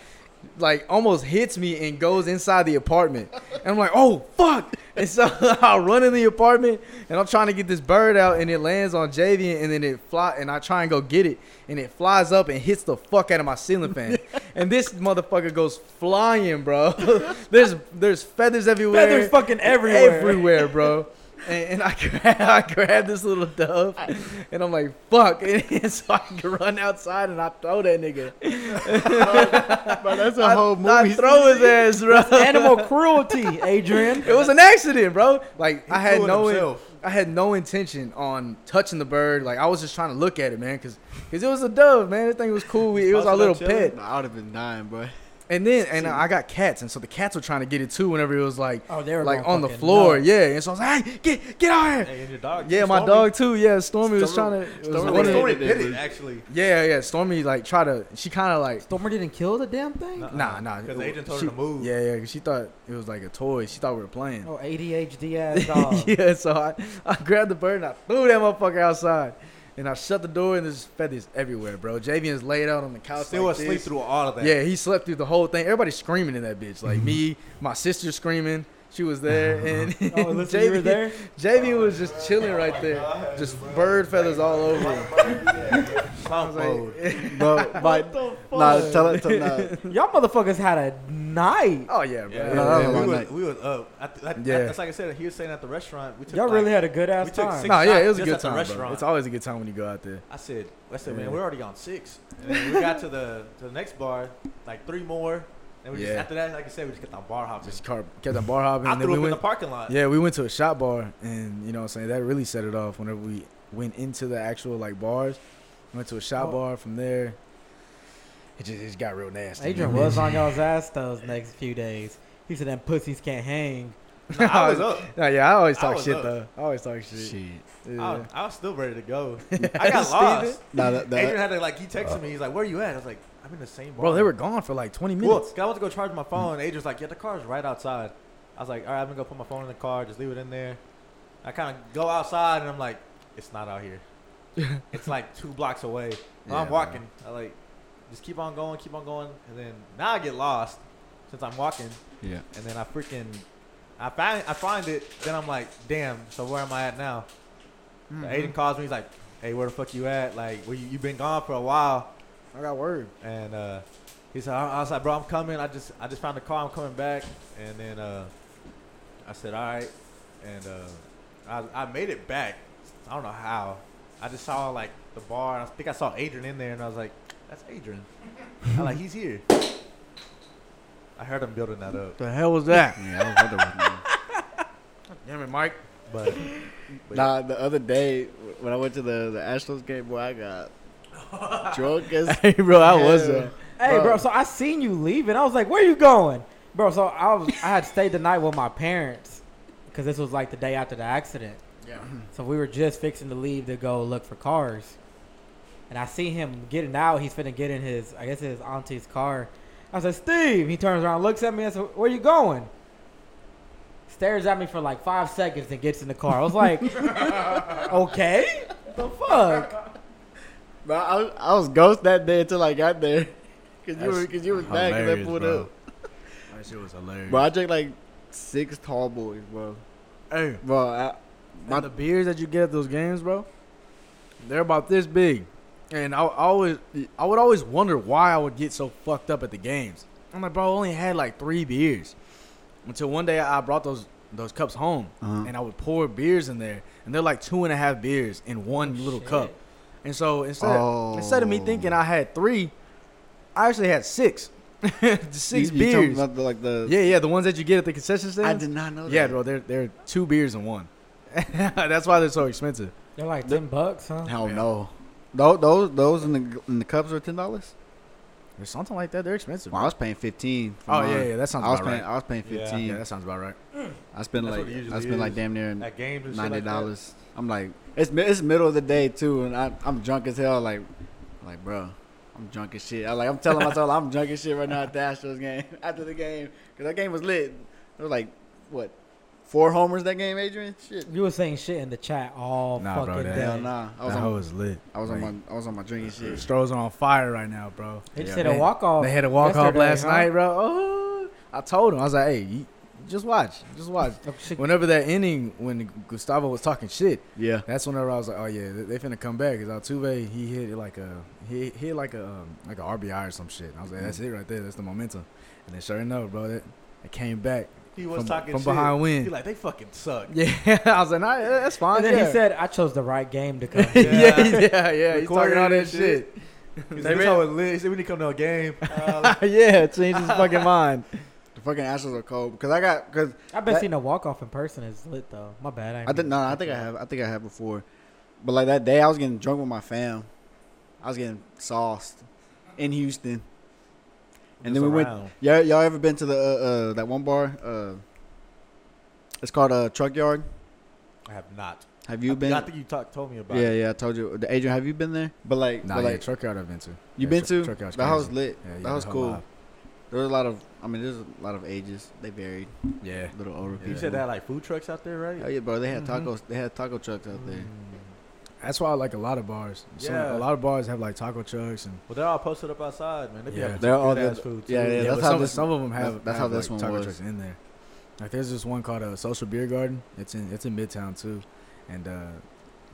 F: Like almost hits me and goes inside the apartment. And I'm like, oh fuck. And so *laughs* I run in the apartment and I'm trying to get this bird out and it lands on Javian and then it fly and I try and go get it and it flies up and hits the fuck out of my ceiling fan. and this motherfucker goes flying, bro. *laughs* there's there's feathers everywhere.
C: Feathers fucking everywhere.
F: Everywhere, bro. And, and I *laughs* grab, I grab this little dove, and I'm like, "Fuck!" *laughs* And so I run outside and I throw that nigga.
B: But that's
F: I, I throw his ass, bro.
C: *laughs*
D: *laughs*
C: Animal *laughs* cruelty, Adrian.
F: It was an accident, bro. Like
D: He
F: I had
D: flew it
F: no,
D: himself.
F: I had no intention on touching the bird. Like I was just trying to look at it, man, because it was a dove, man. That thing was cool. We- It was our
D: Possible
F: little
D: chilling.
F: pet.
B: I would have been dying, *laughs* bro.
F: And then, and I got cats, and so the cats were trying to get it too. Whenever it was like,
C: Oh, they were
F: like
C: going
F: on the
C: fucking
F: floor,
C: nuts.
F: yeah. And so I was like, "Hey, get, get out of here!"
D: Hey, and your dog.
F: Yeah, my
D: Stormy-
F: dog too. Yeah, Stormy was trying
B: Stormy-
F: to. was
B: Stormy
D: Stormy,
F: one
B: was
F: of-
D: Stormy
B: it,
D: did
B: dude.
D: it actually.
F: Yeah, yeah. Stormy like tried to. She kind of like.
C: Stormer didn't kill the damn thing.
F: Nah, nah.
D: Uh-uh. Because the agent told
F: she,
D: her to move.
F: Yeah, yeah. 'cause She thought it was like a toy. She thought we were *laughs* playing.
C: Oh, ADHD *laughs* ass dog.
F: yeah, so I, I grabbed the bird and I threw that motherfucker outside. And I shut the door and there's feathers everywhere, bro. Javian's laid out on the couch.
D: Still
F: like
D: asleep
F: this.
D: through all of that.
F: Yeah, he slept through the whole thing. Everybody screaming in that bitch. Like me, my sister screaming. She was there, and,
C: Oh, listen, you were
F: Javian-
C: there?
F: Javian was just chilling right there, just bird feathers all over him. I
D: Clown
F: was like,
D: mode.
B: Bro, but nah, tell it, tell nah.
C: Y'all motherfuckers had a night.
F: oh yeah, bro.
D: Yeah,
B: No, that was
D: we,
B: one
D: was,
B: night.
D: we was up. I, th- that,
F: Yeah.
D: That's like I said. He was saying at the restaurant. We took
C: Y'all
D: like,
C: really had a good ass
D: we took
C: time.
D: six-
F: No, yeah, it was a
D: Just
F: good
D: at the
F: time, bro.
D: restaurant.
F: It's always a good time when you go out there.
D: I said, I said,
F: Yeah.
D: man, we're already on six. And then we got to the to the next bar, like three more. And we
F: Yeah.
D: just, after that, like I said, we just kept on bar hopping.
F: Just car, kept on bar hopping.
D: I
F: and then
D: threw
F: we
D: up in
F: went,
D: the parking lot.
F: *laughs* Yeah, we went to a shot bar, and you know what I'm saying? That really set it off whenever we went into the actual like bars. Went to a shot
C: Oh.
F: bar from there. It just, it just got real nasty. *laughs*
C: Adrian was on y'all's ass those next few days. He said them pussies can't hang.
D: No, I
F: *laughs*
D: was up.
F: Nah, yeah, I always
D: I
F: talk
D: was
F: shit
D: up.
F: though. I always talk shit.
B: Shit.
F: Yeah.
D: I, was, I was still ready
F: *laughs*
D: to go. I got lost.
B: Nah, that, that,
D: Adrian had to like he texted me. He's like, "Where you at?" I was like, "I'm in the same bar."
F: Bro, they were gone for like 20
D: Well, *laughs*
F: minutes.
D: 'cause I went to go charge my phone. Adrian's like, "Yeah, the car's right outside." I was like, "All right, I'm gonna go put my phone in the car. Just leave it in there." I kind of go outside and I'm like, "It's not out here. it's like two blocks away." Well, I'm
F: Yeah,
D: walking. I like just keep on going, keep on going, and then now I get lost since I'm walking,
B: yeah.
D: and then I freaking. I find I find it, then I'm like, damn. So where am I at now?
F: Mm-hmm.
D: So Aiden calls me. He's like, "Hey, where the fuck you at? Like, where you, you been gone for a while?"
F: I got word.
D: And uh, he said, I I was like, bro, I'm coming. I just I just found the car. I'm coming back. And then uh, I said, all right. And uh, I, I made it back. I don't know how. I just saw like the bar. And I think I saw Adrian in there, and I was like, that's Adrian. I'm like, he's here. I heard him building that up,
F: The hell was that?
B: Yeah, I was wondering. *laughs* man.
F: Damn it, Mike.
D: but
B: Nah, the other day wh- when I went to the the Astros game, boy, I got drunk *laughs* as
F: hey, bro, I was.
B: hell.
F: Uh,
C: Hey,
B: Bro.
C: bro. So I seen you leaving. I was like, "Where you going, bro?" So I was I had stayed the night with my parents because this was like the day after the accident.
F: Yeah.
C: *clears throat* So we were just fixing to leave to go look for cars, and I see him getting out. He's finna get in his I guess his auntie's car. I said, "Steve." He turns around, looks at me, and says, "Where you going?" Stares at me for like five seconds and gets in the car. I was like, "Okay, the fuck."
B: Bro, I, was- I was ghost that day until I got there, *laughs* cause you
F: That's
B: were cause you was back and I
F: hilarious,
B: pulled
F: bro.
B: up.
F: that shit was hilarious.
B: Bro, I drank like six tall boys, bro.
F: hey,
B: Bro, I,
F: my, the beers that you get at those games, bro, they're about this big. And I, I always, I would always wonder why I would get so fucked up at the games. I'm like, bro, I only had like three beers. Until one day I brought those those cups home,
B: Uh-huh.
F: and I would pour beers in there, and they're like two and a half beers in one little
C: Shit.
F: cup. And so instead instead of me
B: Oh.
F: thinking I had three, I actually had six, *laughs* six
B: you, you talking
F: beers.
B: about the, like the
F: yeah, yeah, the ones that you get at the concession stand.
B: I did not know.
F: Yeah,
B: that.
F: bro, they're they're two beers in one. *laughs* That's why they're so expensive.
C: They're like ten bucks, huh?
B: Hell
F: Oh, Yeah.
B: no. Those those those in the in the cups are ten dollars.
F: Or something like that. They're expensive.
B: Well, I was paying fifteen. for
F: Oh
B: mine.
F: yeah, yeah, that sounds
B: I was
F: about
B: paying
F: right.
B: I was paying
D: Yeah.
B: fifteen.
F: Yeah, that sounds about right.
B: I spent
D: That's
B: like
D: what it
B: I
D: usually
B: spent like
D: is.
B: damn near
D: at games and shit
B: ninety
D: like *laughs* that.
B: dollars. I'm like it's mi- it's middle of the day too, and I I'm drunk as hell. Like like bro, I'm drunk as shit. I like I'm telling myself I'm drunk as shit right now at the Astros game *laughs* after the game because that game was lit. It was like what four homers that game, Adrian? Shit.
C: You were saying shit in the chat all
F: Nah, bro,
C: fucking
F: that-
C: day.
B: Hell nah. I was
F: that
B: on,
F: was lit.
B: I was on
F: Like,
B: my I was on my drinking shit. Oh,
F: Stros are on fire right now, bro.
C: They
B: Yeah,
C: just had
F: man.
C: a walk off.
F: They had a walk off last night, bro. Oh, I told him. I was like, hey, you, just watch, just watch.
C: Oh,
F: Whenever that ending, when Gustavo was talking shit,
B: Yeah.
F: That's whenever I was like, oh yeah, they, they finna come back. Cause Altuve he hit like a he hit like a um, like a RBI or some shit. And I was like,
B: Mm.
F: that's it right there. That's the momentum. And then sure enough, bro, that it came back
D: he was
F: from,
D: talking
F: from
D: shit.
F: behind
D: He
F: win.
D: like they fucking suck.
F: *laughs* yeah, I was like, nah, yeah, that's fine.
C: And then
F: yeah.
C: he said, "I chose the right game to come."
F: *laughs* yeah,
C: to."
F: yeah, yeah, He's
D: Recorded
F: talking all
D: and
F: that shit.
B: *laughs*
D: He's
F: They
D: like, this
F: ran-
D: hoe is lit. He said we need to come to a game. Uh,
F: *laughs*
D: like,
F: yeah, changed his *laughs* fucking mind.
B: The fucking Astros are cold because I got because
C: I've been
B: That-
C: seeing a walk off in person. It's lit though. My bad. I, ain't
B: I think
C: even
B: no, I
C: thinking
B: think I
C: about it.
B: have. I think I have before, but like that day, I was getting drunk with my fam. I was getting sauced in Houston, and then
D: just
B: we went.
D: around.
B: Y'all, y'all ever been to the uh, uh, that one bar? Uh, it's called uh, Truck Yard.
D: I have not.
B: Have you
D: I,
B: been?
D: I think you talk, told me about.
B: yeah,
D: it.
B: yeah. I told you, The Adrian. Have you been there? But like,
F: Nah,
B: but
F: yeah,
B: like
F: truck yard I've been to.
B: you
F: yeah,
B: been
F: Truck-
B: to
F: Truck Yard's
B: that house
F: crazy.
B: lit.
F: Yeah, yeah,
B: that was
F: the whole
B: cool.
F: vibe.
B: There was a lot of. I mean, there's a lot of ages. They varied.
F: Yeah, Mm-hmm.
B: Little older people.
D: You said they had like food trucks out there, right? Hmm.
B: Oh yeah, bro. They had
C: Mhm.
B: tacos. They had taco trucks out there.
F: that's why I like a lot of bars. Some-
D: Yeah.
F: a lot of bars have like taco trucks and
D: Well, they're all posted up outside, man. They be
F: Yeah.
D: having
B: They're
D: some
B: all
D: good ass
B: good-
D: food.
B: yeah,
D: too.
B: yeah.
F: Yeah,
B: that's
F: but
B: how
F: some,
B: this-
F: some of them have
B: that's- that's
F: have,
B: how this
F: like,
B: one
F: taco
B: was.
F: trucks in there. Like there's this one called a Social Beer Garden. It's in it's in Midtown too, and uh,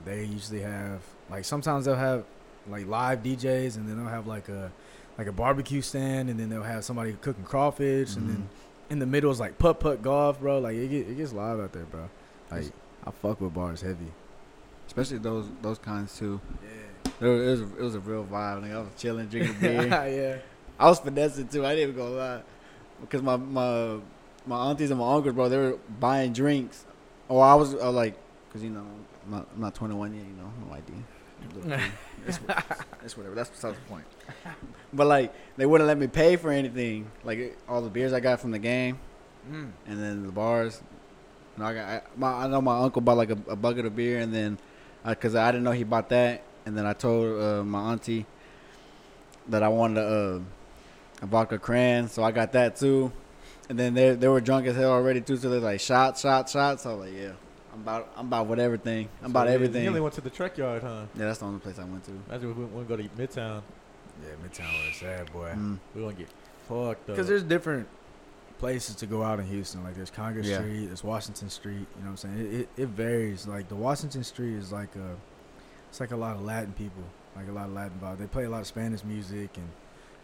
F: they usually have like sometimes they'll have like live DJs, and then they'll have like a like a barbecue stand, and then they'll have somebody cooking crawfish, and then
B: Mm-hmm.
F: in the middle is like putt putt golf, bro. Like it get, it gets live out there, bro. Like I fuck with bars heavy.
B: Especially those those kinds too.
F: Yeah,
B: It was, it was
F: *laughs*
B: a- it was a real vibe. Nigga. I was chilling, drinking beer.
F: yeah.
B: I was finessing too. I didn't even gonna lie. because my my my aunties and my uncles, bro, they were buying drinks. Oh, I was uh, like, cause you know, I'm not, I'm not 21 yet, you know, no ID. Little kid. It's, wha- it's whatever. That's besides the point. *laughs* But like, they wouldn't let me pay for anything. Like it- all the beers I got from the game,
F: Mm.
B: and then the bars. And I got I, my I know my uncle bought like a, a bucket of beer, and then because I didn't know he bought that, and then I told uh, my auntie that I wanted a, uh, a vodka cran, so I got that too. And then they they were drunk as hell already too, so they're like shots, shots, shots. So I was like, yeah, I'm about I'm about what everything. I'm about
D: So, yeah,
B: everything.
D: You only went to the truck yard, huh?
B: yeah, that's the only place I went to.
D: Imagine we wouldn't go to Midtown.
F: Yeah, Midtown where it's at, boy.
B: Mm.
D: We wouldn't get fucked up.
F: Because there's different places to go out in Houston. Like there's Congress
B: Yeah.
F: Street, there's Washington Street. You know what I'm saying? It, it, it varies. Like the Washington Street is like a, it's like a lot of Latin people, like a lot of Latin vibe. They play a lot of Spanish music and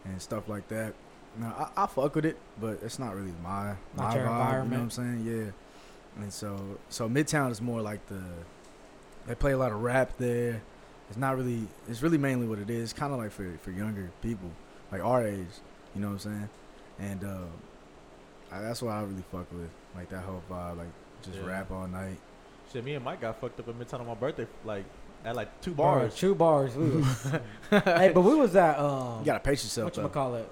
F: and stuff like that. Now I, I fuck with it, but it's not really my my
C: Not
F: vibe. You
C: your
F: know what I'm
C: environment.
F: saying? Yeah. And so so Midtown is more like the, they play a lot of rap there. It's not really. It's really mainly what it is. Kind of like for for younger people, like our age. You know what I'm saying? And uh, I, that's what I really fuck with, like that whole vibe, like just
D: Yeah.
F: rap all night.
D: Shit, me and Mike got fucked up in Midtown on my birthday, like at like two
C: Bro,
D: bars.
C: two bars. We was, hey, but we was at um,
F: You gotta pace yourself.
C: what you
F: though.
C: call it,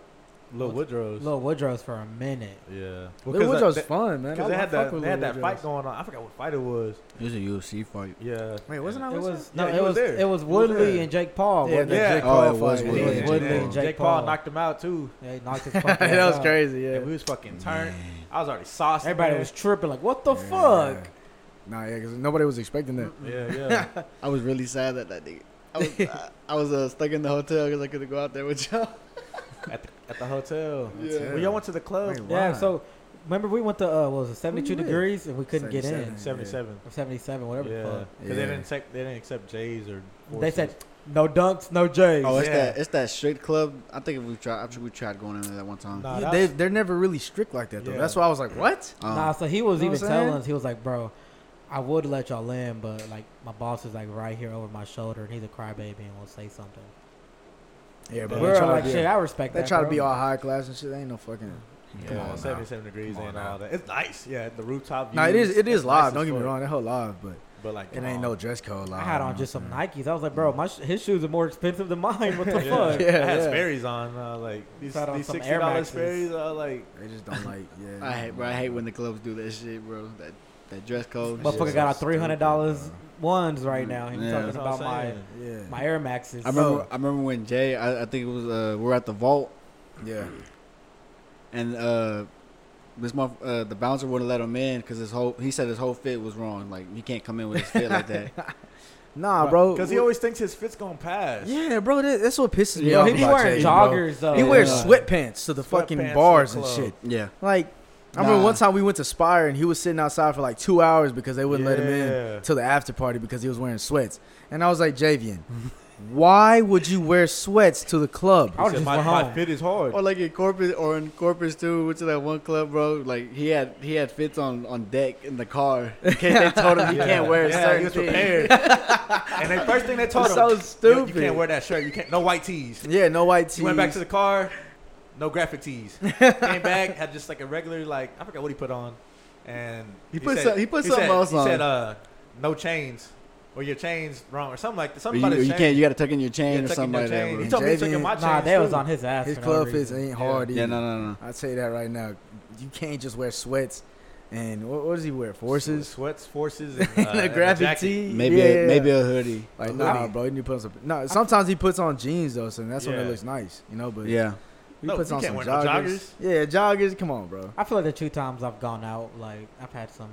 D: Little Woodrow's.
C: Little Woodrow's for a minute.
D: Yeah.
F: Lil Woodrow's
D: they,
F: fun, man.
D: Because
F: I-
D: they
F: I fuck
D: had that,
F: with
D: they had
F: Lil
D: that fight
F: Woodrow's.
D: going on. I forgot what fight it was.
B: It was a UFC fight.
D: Yeah.
F: Wait, wasn't I?
C: It
F: with
C: was
D: Yeah,
C: no,
D: he
C: it
D: was
C: was,
D: there.
C: it was
D: He was
C: Woodley
D: there.
C: and Jake Paul.
F: you? yeah,
C: wasn't it?
D: yeah.
F: Jake
B: Oh,
F: Paul
B: it was
F: fight.
B: Woodley.
F: Yeah,
B: It was
F: yeah,
C: Woodley
F: yeah.
C: and
D: Jake,
C: Jake
D: Paul
C: Paul.
D: knocked him out too.
C: Yeah, he knocked his fucking
F: that
C: ass
F: was
C: out.
F: crazy. Yeah. Mm.
D: And we was fucking turned. I was already sauced.
C: Everybody
D: man.
C: was tripping like, "What the
F: Yeah,
C: fuck?"
F: yeah. Nah, yeah, because nobody was expecting that.
D: Yeah, yeah.
B: I was really sad that that nigga. I was, I, I was uh, stuck in the hotel because I couldn't go out there with y'all.
D: at, the, *laughs* at the hotel.
B: Yeah.
D: Well, y'all went to the club.
F: Wait,
C: Yeah,
F: why?
C: so remember we went to uh, what was it seventy-two
F: Who you with?
C: degrees and we couldn't get
F: 77.
C: in.
D: Seventy-seven.
C: Or seventy-seven,
D: Yeah.
C: whatever the
D: Because
C: fuck.
D: they
F: Yeah.
D: didn't accept. They didn't accept J's or.
C: They
D: forces.
C: said no dunks, no J's.
B: *laughs* Oh, it's
D: Yeah.
B: that it's that straight club. I think we tried. I'm sure we tried going in there that one time.
D: Nah,
F: Yeah,
D: that
F: they,
D: was-
F: they're never really strict like that though.
D: Yeah.
F: That's why I was like, what?
B: Um,
C: nah, so he was
F: know what
C: even
F: I'm saying?
C: telling us he was like, "Bro, I would let y'all in, but like my boss is like right here over my shoulder, and he's a crybaby and will say something."
F: Yeah, bro.
D: They
C: But
F: They,
C: we're
F: try,
C: like,
F: to be,
C: "Shit, I respect
F: they
C: that."
F: try to
C: bro."
F: be all high class and shit. They ain't no fucking.
D: Yeah,
F: Come on now.
D: seventy-seven degrees
F: Come on
D: and
F: now.
D: all that. It's nice. Yeah, the rooftop.
F: Nah, it is.
D: views.
F: It is
D: It's nice
F: live.
D: as
F: Don't get me
D: fuck.
F: wrong. That whole live, but
D: But like,
F: it ain't no dress code live.
C: I had
F: you know
C: on
F: what
C: just some
F: I'm
C: Nikes. I was like, "Bro, my sh- his shoes are more expensive than mine. What the
D: *laughs* Yeah,
F: *laughs*
C: fuck?"
F: Yeah,
D: I had
F: yeah.
D: Sperry's on. Uh, like these,
C: Tried on
D: these
C: some Air
D: sixty dollars
C: Maxes.
D: Sperry's. Uh, like
F: saying? They just don't like. Yeah.
B: I hate, bro. I hate when the clubs do that shit, bro. That that dress code.
F: But
B: shit.
C: Motherfucker
F: so
C: got a three
F: stupid,
C: hundred dollars
F: bro.
C: ones right now. He's
B: Yeah.
C: talking
D: that's about
C: about my
D: my.
F: Yeah.
C: my Air Maxes.
B: I remember. I remember when Jay. I, I think it was. Uh, we we're at the vault,
F: yeah.
B: and uh, this month uh, the bouncer wouldn't let him in because his whole. He said his whole fit was wrong. Like you can't come in with his fit like that.
F: Nah, bro.
D: Because he always thinks his fit's gonna pass.
F: Yeah, bro. That, that's what pisses me
C: Yo,
F: off.
C: he be
F: about
C: wearing
F: Jay, bro.
C: joggers though.
F: He wears
B: Yeah.
F: sweatpants to the fucking
D: Sweatpants to
F: bars
D: the
F: and
D: club.
F: shit.
B: Yeah.
F: Like, I remember
B: Nah.
F: one time we went to Spire and he was sitting outside for like two hours because they wouldn't let him
D: Yeah.
F: in till the after party because he was wearing sweats. And I was like, Javian, why would you wear sweats to the club?
C: I
D: He
C: would
D: said,
C: just
D: my,
C: went
D: my
C: home.
D: fit is hard.
B: Or like in Corpus, or in Corpus too. Went to that one club, bro. Like he had he had fits on on deck in the car. In case they told him he
D: Yeah.
B: can't wear a
D: yeah,
B: certain
D: he was
B: thing. *laughs*
D: prepared. and the first thing they told
F: It's
D: him,
F: so
D: "You- You,
F: stupid."
D: can't wear that shirt. You can't. No white tees.
F: Yeah, no white
D: He
F: tees.
D: went back to the car. No
B: *laughs*
D: graphic tees. Came back, had just like a regular, like I forgot what he put on, and
B: He put some- he put something
D: said,
B: else
D: he
B: on.
D: said, uh, "No chains, or your chains wrong, or something like that." Something
B: You,
D: about his
B: you
D: chain.
B: can't. You got to tuck in your chain
D: Yeah,
B: or
D: tuck in
B: something
D: your
B: like
D: chain.
B: that.
D: He
B: Bro.
F: And
D: told me he took
F: Jay-Z-
D: in my
C: Nah,
D: chains,
C: they was
D: too.
C: on his ass.
F: His
C: for no
F: club fits
C: reason.
F: ain't
D: Yeah.
F: hard either.
B: Yeah, no, no, no.
F: I'll tell you that right now. You can't just wear sweats and what, what does he wear? *laughs* Forces?
D: sweats, forces, and, uh,
F: and a
D: and
F: graphic
D: jacket.
F: tee?
B: Maybe
F: yeah,
B: a,
F: yeah.
B: maybe a hoodie.
F: Like,
D: A
F: nah,
D: hoodie.
F: bro. You need to put on some. No, sometimes he puts on jeans, though, so that's when
D: Yeah.
F: it looks nice, you know? But
B: Yeah.
F: he
D: No,
F: puts
D: you
F: on
D: can't
F: some
D: wear no
F: joggers. Yeah, joggers. Come on, bro.
C: I feel like the two times I've gone out, like I've had some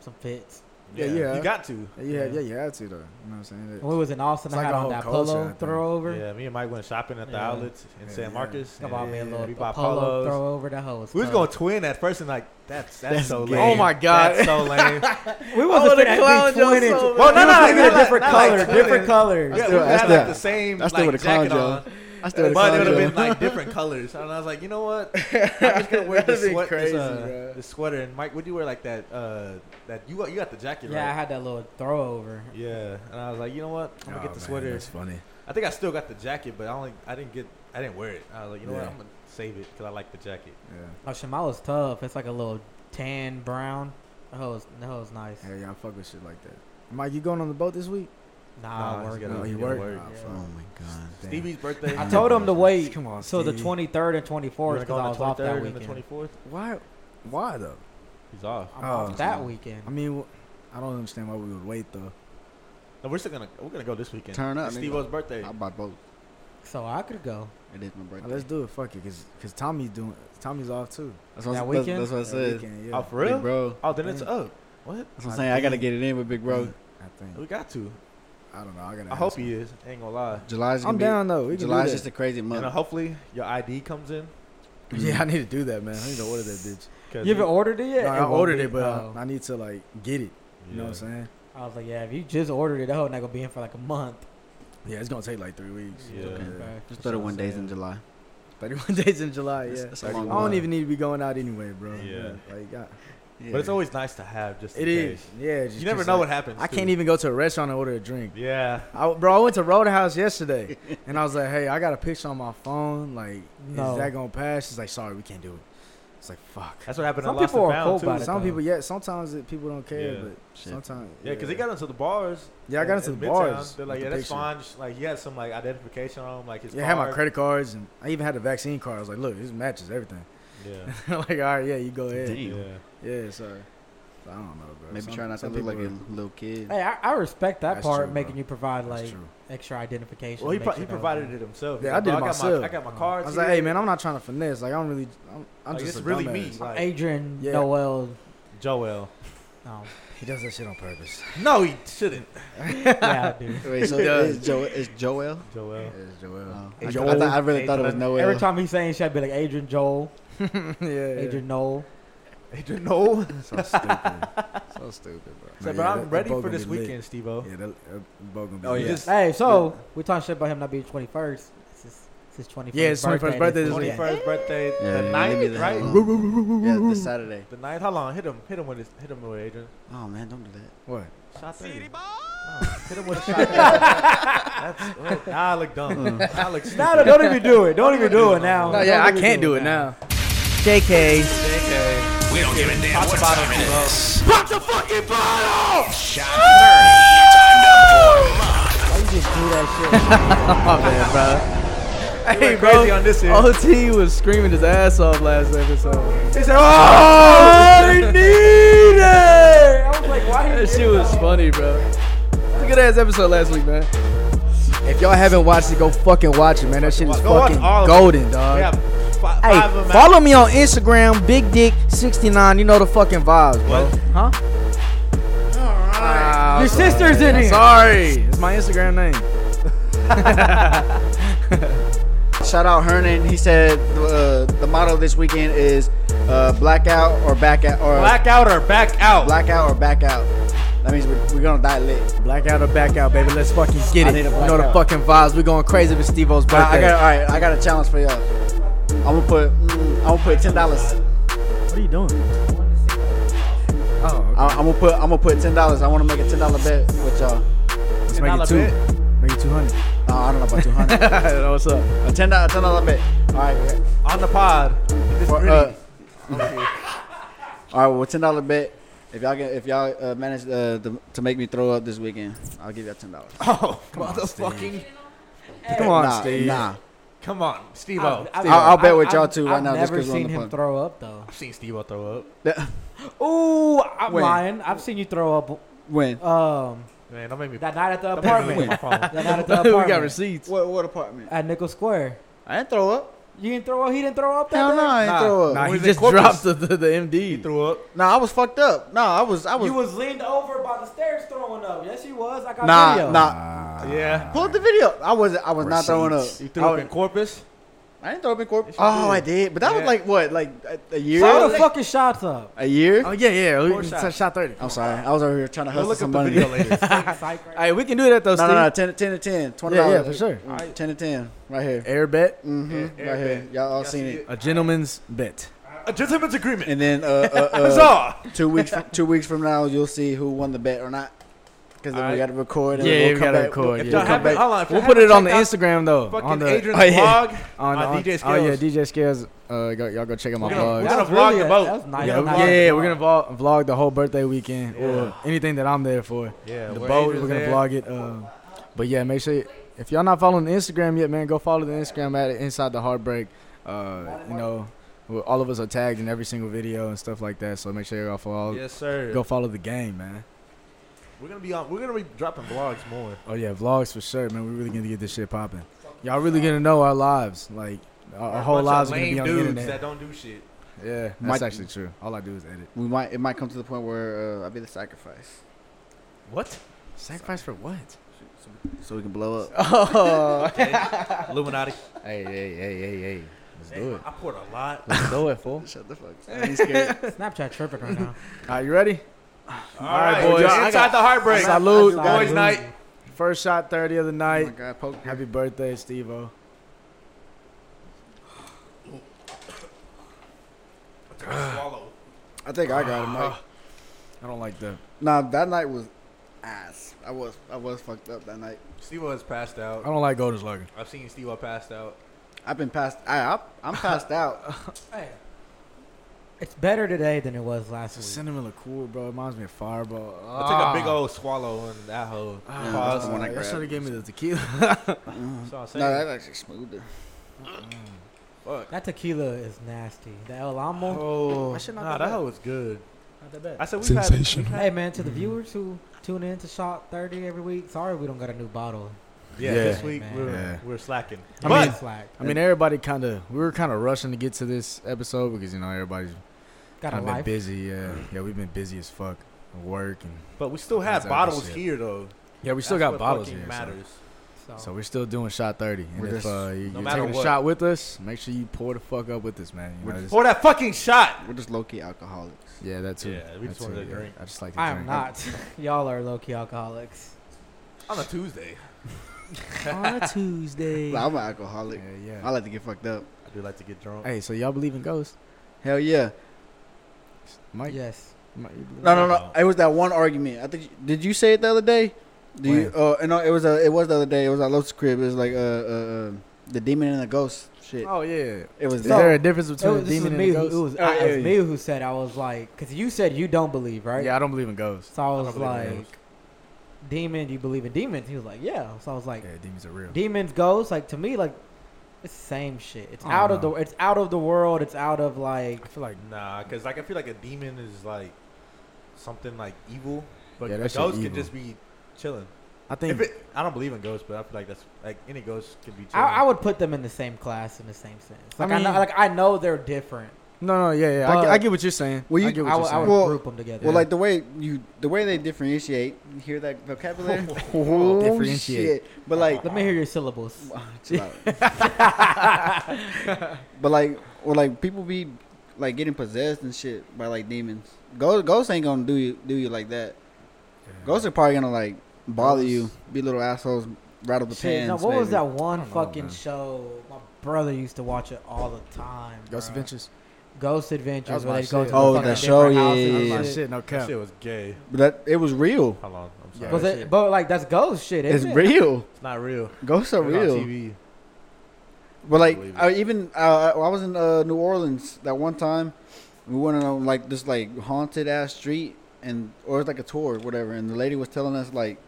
C: some fits.
F: Yeah, yeah.
D: You got to.
F: Yeah, yeah, you had to, though. You know what I'm saying?
C: When we was in Austin,
F: It's
C: I
F: like
C: had
F: a
C: on
F: whole
C: that
F: culture, I
C: polo
F: think.
C: throwover.
D: Yeah, me and Mike went shopping at the
C: Yeah.
D: outlets in
F: Yeah,
D: San
F: yeah.
D: Marcos.
C: Come on,
D: and
C: man,
F: Yeah,
C: little
D: we
C: a
D: bought
C: polo
D: polos.
C: throwover. That hoe was.
D: We was
C: tough.
D: going to twin at first and like that's that's,
B: That's
D: so
B: gay.
D: lame.
F: Oh my God.
D: that's so lame.
C: We
F: I
C: wasn't
F: would've
C: finna
F: clowned
C: be
F: y'all
C: twinning.
F: so
C: Well, no,
D: bad.
C: no,
D: Not
C: we
D: like-
C: had different
D: not like
C: color,
D: twinning.
C: different colors.
D: yeah,
B: still-
D: we
B: I
D: had
B: still-
D: like the same
B: I still
D: like
B: would've clowned
D: jacket
B: y'all.
D: on,
B: I still
D: but it would
B: would've
D: have
B: clowned
D: been
B: y'all.
D: like different colors. And I was like, you know what? I'm just gonna wear
F: That'd
D: this,
F: be
D: sweat, this,
F: crazy,
D: uh,
F: bro.
D: this sweater. And Mike, would you wear like that? Uh, that you got you got the jacket,
C: Yeah, I
D: right?
C: had that little throwover.
D: Yeah. And I was like, you know what? I'm gonna
F: Oh,
D: get the
F: man,
D: sweater.
F: That's funny.
D: I think I still got the jacket, but I only I didn't get I didn't wear it. I was like, you know
F: Yeah.
D: what? I'm gonna save it because I like the jacket.
F: Yeah.
C: Oh, Shimala's tough. It's like a little tan brown. Oh, it's, no, it's nice.
F: Hey, yeah, I fuck with shit like that. Mike, you going on the boat this week?
C: Nah,
D: Nah,
C: nah
D: it's
C: working.
D: gotta-
F: oh, you
D: gotta
F: work.
D: work.
F: Oh,
C: Yeah.
B: Oh
F: fuck.
B: my god. damn.
D: Stevie's birthday.
C: I told him to wait
F: Come on,
C: till the
F: Steve.
C: 23rd and 24th
D: We're gonna
C: because
D: go on
C: I
D: the
C: was off that
D: 23rd and the
C: weekend.
D: 24th.
F: Why? Why though?
D: He's off.
C: I'm
F: Oh,
C: off that
B: so-
C: weekend.
F: I mean, wh- I don't understand why we would wait though.
D: No, we're still gonna we're gonna go this weekend.
B: Turn up,
D: It's
B: nigga.
D: Steve-O's birthday.
B: I'll buy both.
C: So I could go.
B: It is my
F: Now,
B: birthday.
F: let's do it. Fuck it, cause 'cause Tommy's doing. Tommy's off too.
B: That's what,
C: That
B: I- that's-
C: weekend?
B: That's, what I
F: That
B: said.
F: weekend, yeah.
D: Oh, for real?
B: Big bro.
D: Oh, then it's
F: Yeah.
D: up. What?
B: That's what
F: I
B: I'm saying. I gotta
F: think-
B: get it in with Big Bro.
F: I
D: We
F: think.
D: got to.
F: I don't know. I gotta.
D: I
F: ask
D: hope he
F: him.
D: is. Ain't gonna lie.
B: July's gonna
F: I'm
B: be,
F: down though. We can
B: July's
F: do
B: just
F: that.
B: a crazy
D: And
B: month.
D: uh, hopefully your ID comes in.
F: *laughs* Yeah, I need to do that, man. I need to order that bitch.
D: 'cause
C: You haven't
D: we-
C: ordered it yet?
F: No, I
C: won't
F: ordered
C: be-
F: it, but
B: uh,
C: oh.
F: I, I need to like get it. You know what
D: Yeah.
F: I'm saying?
C: I was like, yeah, if you just ordered it, that hoe not gonna be in for like a month.
F: Yeah, it's gonna take like three weeks.
D: Yeah.
B: Okay.
C: Okay.
B: Just
D: That's what
B: 31
D: I'm
B: days in
D: saying.
B: July.
F: Thirty-one *laughs* days in July. Yeah.
B: That's- that's a
F: Like, I
B: long
F: don't
B: time.
F: even need to be going out anyway, bro.
D: Yeah.
F: Like, I,
B: Yeah.
D: But it's always nice to have just.
F: it
D: in
F: is.
D: case.
F: Yeah. just
D: You never
F: 'cause,
D: know
F: like,
D: what happens.
F: I can't
D: too.
F: even go to a restaurant and order a
D: *laughs*
F: drink.
D: Yeah.
F: I, bro, I went to Roadhouse
D: *laughs*
F: yesterday, and I was like, "Hey, I got a picture on my phone. Like,
C: No.
F: is that gonna pass?" She's like, "Sorry, we can't do it." It's like, "Fuck."
D: That's what happened.
C: Some
D: at Lost
C: people
D: and
C: are
D: Found,
C: cold
D: too.
C: about it.
F: Some
C: though.
F: people, yeah, sometimes it, people don't care,
D: Yeah.
F: but
B: Shit.
F: sometimes,
D: Yeah, because they got into the bars.
F: yeah, I got
D: in-
F: into
D: in
F: the
D: Midtown.
F: bars.
D: They're
F: with
D: like,
F: the
D: yeah, that's
F: picture.
D: fine. Just, Like, he had some like identification on him, like his.
F: Yeah, I had my
D: card.
F: credit cards, and I even had the vaccine card. I was like, "Look, this matches everything." *laughs*
D: *laughs* Yeah.
F: like, all right, yeah, you go ahead.
B: Damn.
D: yeah.
F: Yeah, so I don't know, bro.
B: Maybe
F: Some-
B: try not to
F: some
B: look like
F: people-
B: a little kid.
C: Hey, I, I respect that
F: That's
C: part,
F: true, bro.
C: making you provide
F: That's
C: like
F: true.
C: extra identification.
D: Well, he,
C: to
D: pro-
C: make
D: he
C: sure that was
D: provided
C: him.
D: it himself.
F: Yeah,
D: Like,
F: I did
D: bro,
F: it
D: I got my, I
F: myself.
D: got my
C: Oh.
F: I
D: cards.
F: was like,
D: here.
F: "Hey, man, I'm not trying to finesse. Like, I don't really. I'm, I'm
D: Like,
F: just
D: it's
F: a
D: really
F: dumbass.
D: me. Like,
C: Adrian
F: Yeah.
C: Noel.
D: Joel.
C: No,
F: He does that shit on *laughs* purpose.
D: No, he shouldn't.
C: yeah,
B: *laughs*
C: dude.
B: Wait, so it's, jo- it's Joel?
F: *laughs*
D: Joel.
F: It's Joel.
B: Oh. I,
D: Hey,
B: I,
D: Joel.
B: thought- I really
D: Hey,
B: thought it was
D: Joel.
B: Noel.
C: Every time he's saying shit, I'd be like Adrian Joel,
F: yeah, yeah.
C: Adrian Noel.
D: Adrian Noel.
F: *laughs* So stupid. so stupid, bro.
D: So, bro, I'm ready for this weekend, Steve-O.
F: Yeah, that, that boat gonna be
D: Oh,
F: lit.
D: yeah. Just-
C: Hey, so we talking shit about him not being 21st. It's his, it's his 21st.
F: Yeah, his 21st birthday this
C: weekend.
D: 21st birthday,
B: Yeah,
D: the
B: yeah, maybe
D: ninth,
B: the-
D: right?
B: hold
F: Woo,
B: on.
F: woo, woo, woo, woo,
B: Yeah,
F: woo.
B: this Saturday.
D: The ninth. How long? Hit him. Hit him with his. Hit him with Adrian.
B: Oh man, don't do that.
F: What?
D: Shot three. Oh, hit him with a shot. three. *laughs* That's, well, now I
F: *laughs*
D: look dumb. Now I look stupid.
C: No, no, don't even do it. Don't even do it now.
F: No, yeah,
C: Don't
F: I
C: even
F: can't do it now. *laughs*
C: JK.
E: We don't give a damn
D: Pop the
E: what
D: bottle,
E: time it
D: Steve-O.
E: is. Pop the fucking bottle! Shot 30.
C: Why
E: Time to pour 'em up.
C: you just do that
F: My bad, bro. Hey,
D: *laughs* went crazy on this end.
F: OT was screaming his ass off last episode.
D: He said, "Oh, he need it." I was like, "Why?"
F: That shit was funny, bro. Look at that episode last week, man. If y'all haven't watched it, go fucking watch it, man. That shit is
D: Go watch
F: fucking
D: all of it.
F: golden, dog.
D: We have fi-
F: Hey,
D: five of them.
F: follow me on Instagram, Big Dick 69. You know the fucking vibes, bro.
D: What?
F: Huh? Wow,
C: Your
F: sorry.
C: sister's in
F: I'm
C: here.
F: Sorry, it's my Instagram name.
B: Shout out Hernan. He said uh, the motto this weekend is uh, blackout or back out or
D: Blackout or back out.
B: blackout or back out. That means we're, we're gonna die lit.
F: Blackout or back out, baby. Let's fucking get
B: I
F: it.
B: need
F: You
B: a
F: know the
B: blackout.
F: fucking vibes. We going crazy with Steve-O's birthday.
B: I, I got all right. I got a challenge for y'all. I'm gonna put mm, I'm gonna put ten dollars.
F: what are you doing? Oh, okay.
B: I'm gonna put I'm gonna put ten dollars. I want to make a ten dollar bet with y'all.
F: let's make
D: $10
F: it two. Make it two hundred.
B: No, I don't know about two hundred. *laughs*
F: What's up?
B: a ten dollar ten dollar bet. All right. yeah.
D: on the pod. This
B: For,
D: really-
B: uh, *laughs* all right. Well, ten dollar bet. If y'all get, if y'all uh, manage uh, to, to make me throw up this weekend, I'll give y'all ten dollars.
D: *laughs* oh, motherfucking!
F: Come on,
B: nah,
F: Steve.
B: Nah.
D: Come on, Steve-O.
C: shit?
D: I've,
B: I'll- I'll bet with
C: I've-
B: y'all too right
C: I've
B: now, just
C: never
B: 'cause we're on
C: seen
B: the
C: him
B: phone.
C: throw up though.
D: seen Steve-O throw up.
C: Ooh, I'm
B: When?
C: lying. I've seen you throw up.
B: When?
C: Um,
D: Man, don't make me.
C: that night at the
D: don't make me
C: apartment.
D: look at my phone.
C: that
F: *laughs*
C: night at
F: we
C: the
F: got
C: apartment.
F: receipts.
B: What what apartment?
C: At Nickel Square.
B: I didn't throw up.
C: You didn't throw up. He didn't throw up that
B: Hell
C: day.
B: no, I didn't
D: Nah.
B: throw up.
F: Nah,
D: When
F: he
D: was it
F: just
D: Corpus?
F: dropped the, the, the
D: He
F: MD.
D: threw up.
B: Nah, I was fucked up. Nah, I was I was.
C: You was leaned over by the stairs throwing up. Yes, you was. I got
B: nah,
C: video.
B: nah.
D: Ah. yeah.
B: Pull up the video. I was I was not throwing up.
F: Receipts.
D: You threw
B: I,
D: up
B: was-
D: in Corpus.
B: I didn't throw up in corporate.
D: Yes, you
B: Oh,
D: did.
B: I did, but that was
D: Yeah.
B: like what, like a, a year?
C: Throw the fucking
B: *laughs*
C: shots up.
B: a year?
F: Oh yeah, yeah.
D: Four
F: We,
D: shots.
F: shot. shot thirty.
B: I'm sorry, I was over here trying to
D: Go
B: hustle
D: look up
B: some
D: the
B: money.
D: video later.
C: Psych right
F: Hey, we can do that though,
B: *laughs* No,
F: Steve.
B: no, no, 10, 10 to 10, 20
F: Yeah, yeah,
B: dollars.
F: for sure.
D: Alright.
B: 10 to 10, right here.
F: Air bet,
B: Mm-hmm,
D: Air-
B: right
D: air
B: here.
D: bet.
B: Y'all all
D: Y'all
B: seen
D: see
B: it.
D: it?
F: a gentleman's bet.
D: A gentleman's
B: *laughs*
D: agreement.
B: And then uh, uh,
D: That's
B: uh,
D: all.
B: two weeks from, two weeks from now, you'll see who won the bet or not.
F: Because then
D: All right.
F: we got to record. And
B: Yeah,
F: then we'll
B: we
F: come
B: gotta
F: back-
B: record,
F: We'll,
B: yeah.
F: we'll,
D: Y'all
F: come
D: haven't-
F: back-
D: hold on, if you
F: we'll put it on the
D: haven't checked
F: Instagram though.
D: Fucking
F: on the, *laughs*
D: Adrian's
F: oh, yeah.
D: vlog.
F: On,
D: my
F: on
D: DJ
F: Oh yeah,
D: Scales.
F: DJ Scales. Uh, go, y'all go check out my
D: We're gonna-
F: vlog.
D: we're gonna
C: That was
D: vlog the
C: a-
D: boat.
C: That was nice.
F: Yeah,
D: we're
F: we-
D: gonna
C: nice.
F: yeah, we're gonna vlog, vlog the whole birthday weekend
D: Yeah.
F: or anything that I'm there for.
D: Yeah,
F: the
D: where
F: boat,
D: Adrian's
F: we're gonna
D: at.
F: vlog it. Um, but yeah, make sure if y'all not following the Instagram yet, man, go follow the Instagram at Inside the Heartbreak. Uh, you know, we- all of us are tagged in every single video and stuff like that. So make sure y'all follow.
D: Yes, sir.
F: Go follow the game, man.
D: We're gonna be on. We're gonna be dropping vlogs more.
F: Oh yeah, vlogs for sure, man. We really gonna get this shit popping. Y'all really gonna know our lives, like our, our
D: We're a
F: whole
D: bunch of
F: lives are gonna
D: lame
F: be on the
D: dudes
F: internet.
D: that don't do shit.
F: Yeah, that's
B: Might-
F: actually true. All I do is edit.
B: We might it might come to the point where uh, I'll be the sacrifice,
D: What?
F: Sacrifice for what?
B: so we can blow up.
F: *laughs* Oh, hey, *laughs*
D: Illuminati.
F: hey, hey, hey, hey! Let's do it.
D: I poured a lot.
F: Let's do it, fool.
B: *laughs* Shut the fuck. up. I ain't scared. *laughs*
C: Snapchat tripping right now.
F: Are you ready?
D: All right,
F: boys.
D: boys.
F: I
D: Inside the heartbreak.
F: Salute,
D: Boys' night.
F: First shot, thirty of the
B: oh my
F: night.
B: god, poke.
F: Happy birthday, Steve-O.
D: Swallow.
B: I think I got it, Mike.
F: I don't like that.
B: Nah, that night was ass. I was I was fucked up that night.
D: Steve has passed
F: I
D: out.
F: don't like Golden Slugger.
D: I've seen Steve passed out.
B: I've been passed. I, I I'm *laughs* passed out.
C: Hey. It's better today than it was
F: It's
C: last
F: a
C: week.
F: cinnamon liqueur, bro. It reminds me of Fireball. Ah.
D: I took a big old swallow on that hoe.
B: Yeah,
F: Pause.
B: that's the one I
F: Ah, That
B: grabbed.
F: should have gave me the tequila. *laughs*
D: That's all I'm saying.
B: no, that actually smoothed.
D: Fuck.
C: That tequila is nasty. The El Amo.
D: Oh,
F: I should not
D: nah,
F: do
D: that
F: that.
D: hoe was good.
C: Not that bad.
D: I said we've had, we've had
C: Hey man, to the viewers who tune in to Shot 30 every week, sorry we don't got a new bottle.
D: yeah,
F: Yeah.
D: this week
C: Man.
D: we're,
F: Yeah.
D: we're slacking.
F: I
D: but
F: mean-
C: slack.
F: I mean, everybody kind of we were kind of rushing to get to this episode because you know everybody's
C: Got a
F: kind of been
C: life.
F: busy. Yeah, yeah, we've been busy as fuck, work and
D: but we still
F: That's
D: have
F: other
D: bottles
F: shit.
D: here though.
F: yeah, we still
D: That's
F: got
D: what
F: bottles
D: fucking
F: here. So.
D: Matters.
C: So,
F: So we're still doing shot thirty, and
B: We're
F: if
B: just-
F: uh, you,
D: no
F: you're
D: matter
F: taking a
D: what.
F: shot with us, make sure you pour the fuck up with us, man. You
B: We're
F: know,
B: just-
F: just-
D: Pour that fucking shot.
B: We're just low key alcoholics.
F: yeah, that's it.
D: Yeah, we just wanted to drink.
F: I just like. To
C: I am
F: drink.
C: not. *laughs* Y'all are low key alcoholics.
D: On a Tuesday.
F: *laughs* on a Tuesday.
B: Like,
F: yeah,
B: I'm an alcoholic. I
F: yeah.
B: like to get fucked up.
D: I do like to get drunk.
F: Hey, so y'all believe in ghosts?
B: Hell yeah.
F: Mike,
C: Yes.
F: Mike, you believe-
B: No, no, no. It was that one argument. I think. Did you say it the other day? Do you?
F: When?
B: Oh, uh, no. It was a. It was the other day. It was at Los crib. It was like uh, uh, uh the demon and the ghost shit.
F: Oh yeah.
B: It was
F: Is
C: So-
F: there a difference
C: It
F: between
C: was,
F: a
C: this was
F: demon
C: me.
F: and a
C: Who,
F: ghost?
C: it was,
B: Oh,
C: I- it
B: yeah,
C: was
B: yeah.
C: me who said I was like, because you said you don't believe, right?
F: Yeah, I don't believe in ghosts.
C: So I
D: don't
C: was
D: believe in
C: like,
D: ghosts.
C: demon, do you believe in demons? He was like, yeah. So I was like,
F: Yeah, demons are real.
C: demons, ghosts, like to me, like it's the same shit. It's
F: I
C: out
F: don't
C: of the,
F: know.
C: it's out of the world. It's out of like,
F: I feel like
D: Nah, because like I feel like a demon is like something like evil, but
F: Yeah,
D: a
F: that shit
D: ghost can
F: evil.
D: just be chilling.
F: I
D: If
F: think
D: it, I don't believe in ghosts, but I feel like that's like any ghost can be chilling.
C: I, I would put them in the same class in the same sense.
F: I
C: Like I, know,
F: mean-
C: like I know they're different.
F: no, no, yeah, yeah. I,
B: But-
F: get- I get what you're saying.
B: Well, you-
F: I get what
C: I
F: you're
C: would, I
F: saying.
C: would
B: Well-
C: group them together.
B: Well, like the way you, the way they differentiate. You hear that vocabulary?
F: Oh,
B: Oh,
F: differentiate.
B: Shit. But like,
C: let me hear your syllables.
B: Chill
C: *laughs*
B: out. but like, or like people be like getting possessed and shit by like demons. Ghosts, ghosts ain't gonna do you do you like that. Ghosts are probably gonna like bother you, be little assholes, rattle the
C: Shit,
B: pans.
C: no, what was
B: maybe.
C: that one
F: I don't know,
C: fucking
F: man.
C: show? My brother used to watch it all the time.
F: Ghost
C: bruh.
F: Adventures.
C: Ghost
F: That was
C: Adventures.
F: my
C: Where they go
F: shit.
C: to
B: Oh,
C: the fucking
B: that
C: different
B: show, yeah,
C: houses
B: yeah,
C: and
B: yeah.
F: My
C: shit.
F: shit, no
D: that
F: cap.
D: shit was gay.
B: But that it was real.
D: How long? I'm
F: Yeah.
D: sorry.
C: Was
F: that
C: it?
F: shit.
C: But like that's ghost shit.
B: It's
C: isn't it?
B: real.
D: It's not real.
B: Ghosts are
D: It was on
B: real.
D: TV.
B: But like,
D: Believe it.
B: I even uh, I was in uh, New Orleans that one time. We went on like this like haunted ass street, and or it was like a tour, or whatever. And the lady was telling us like,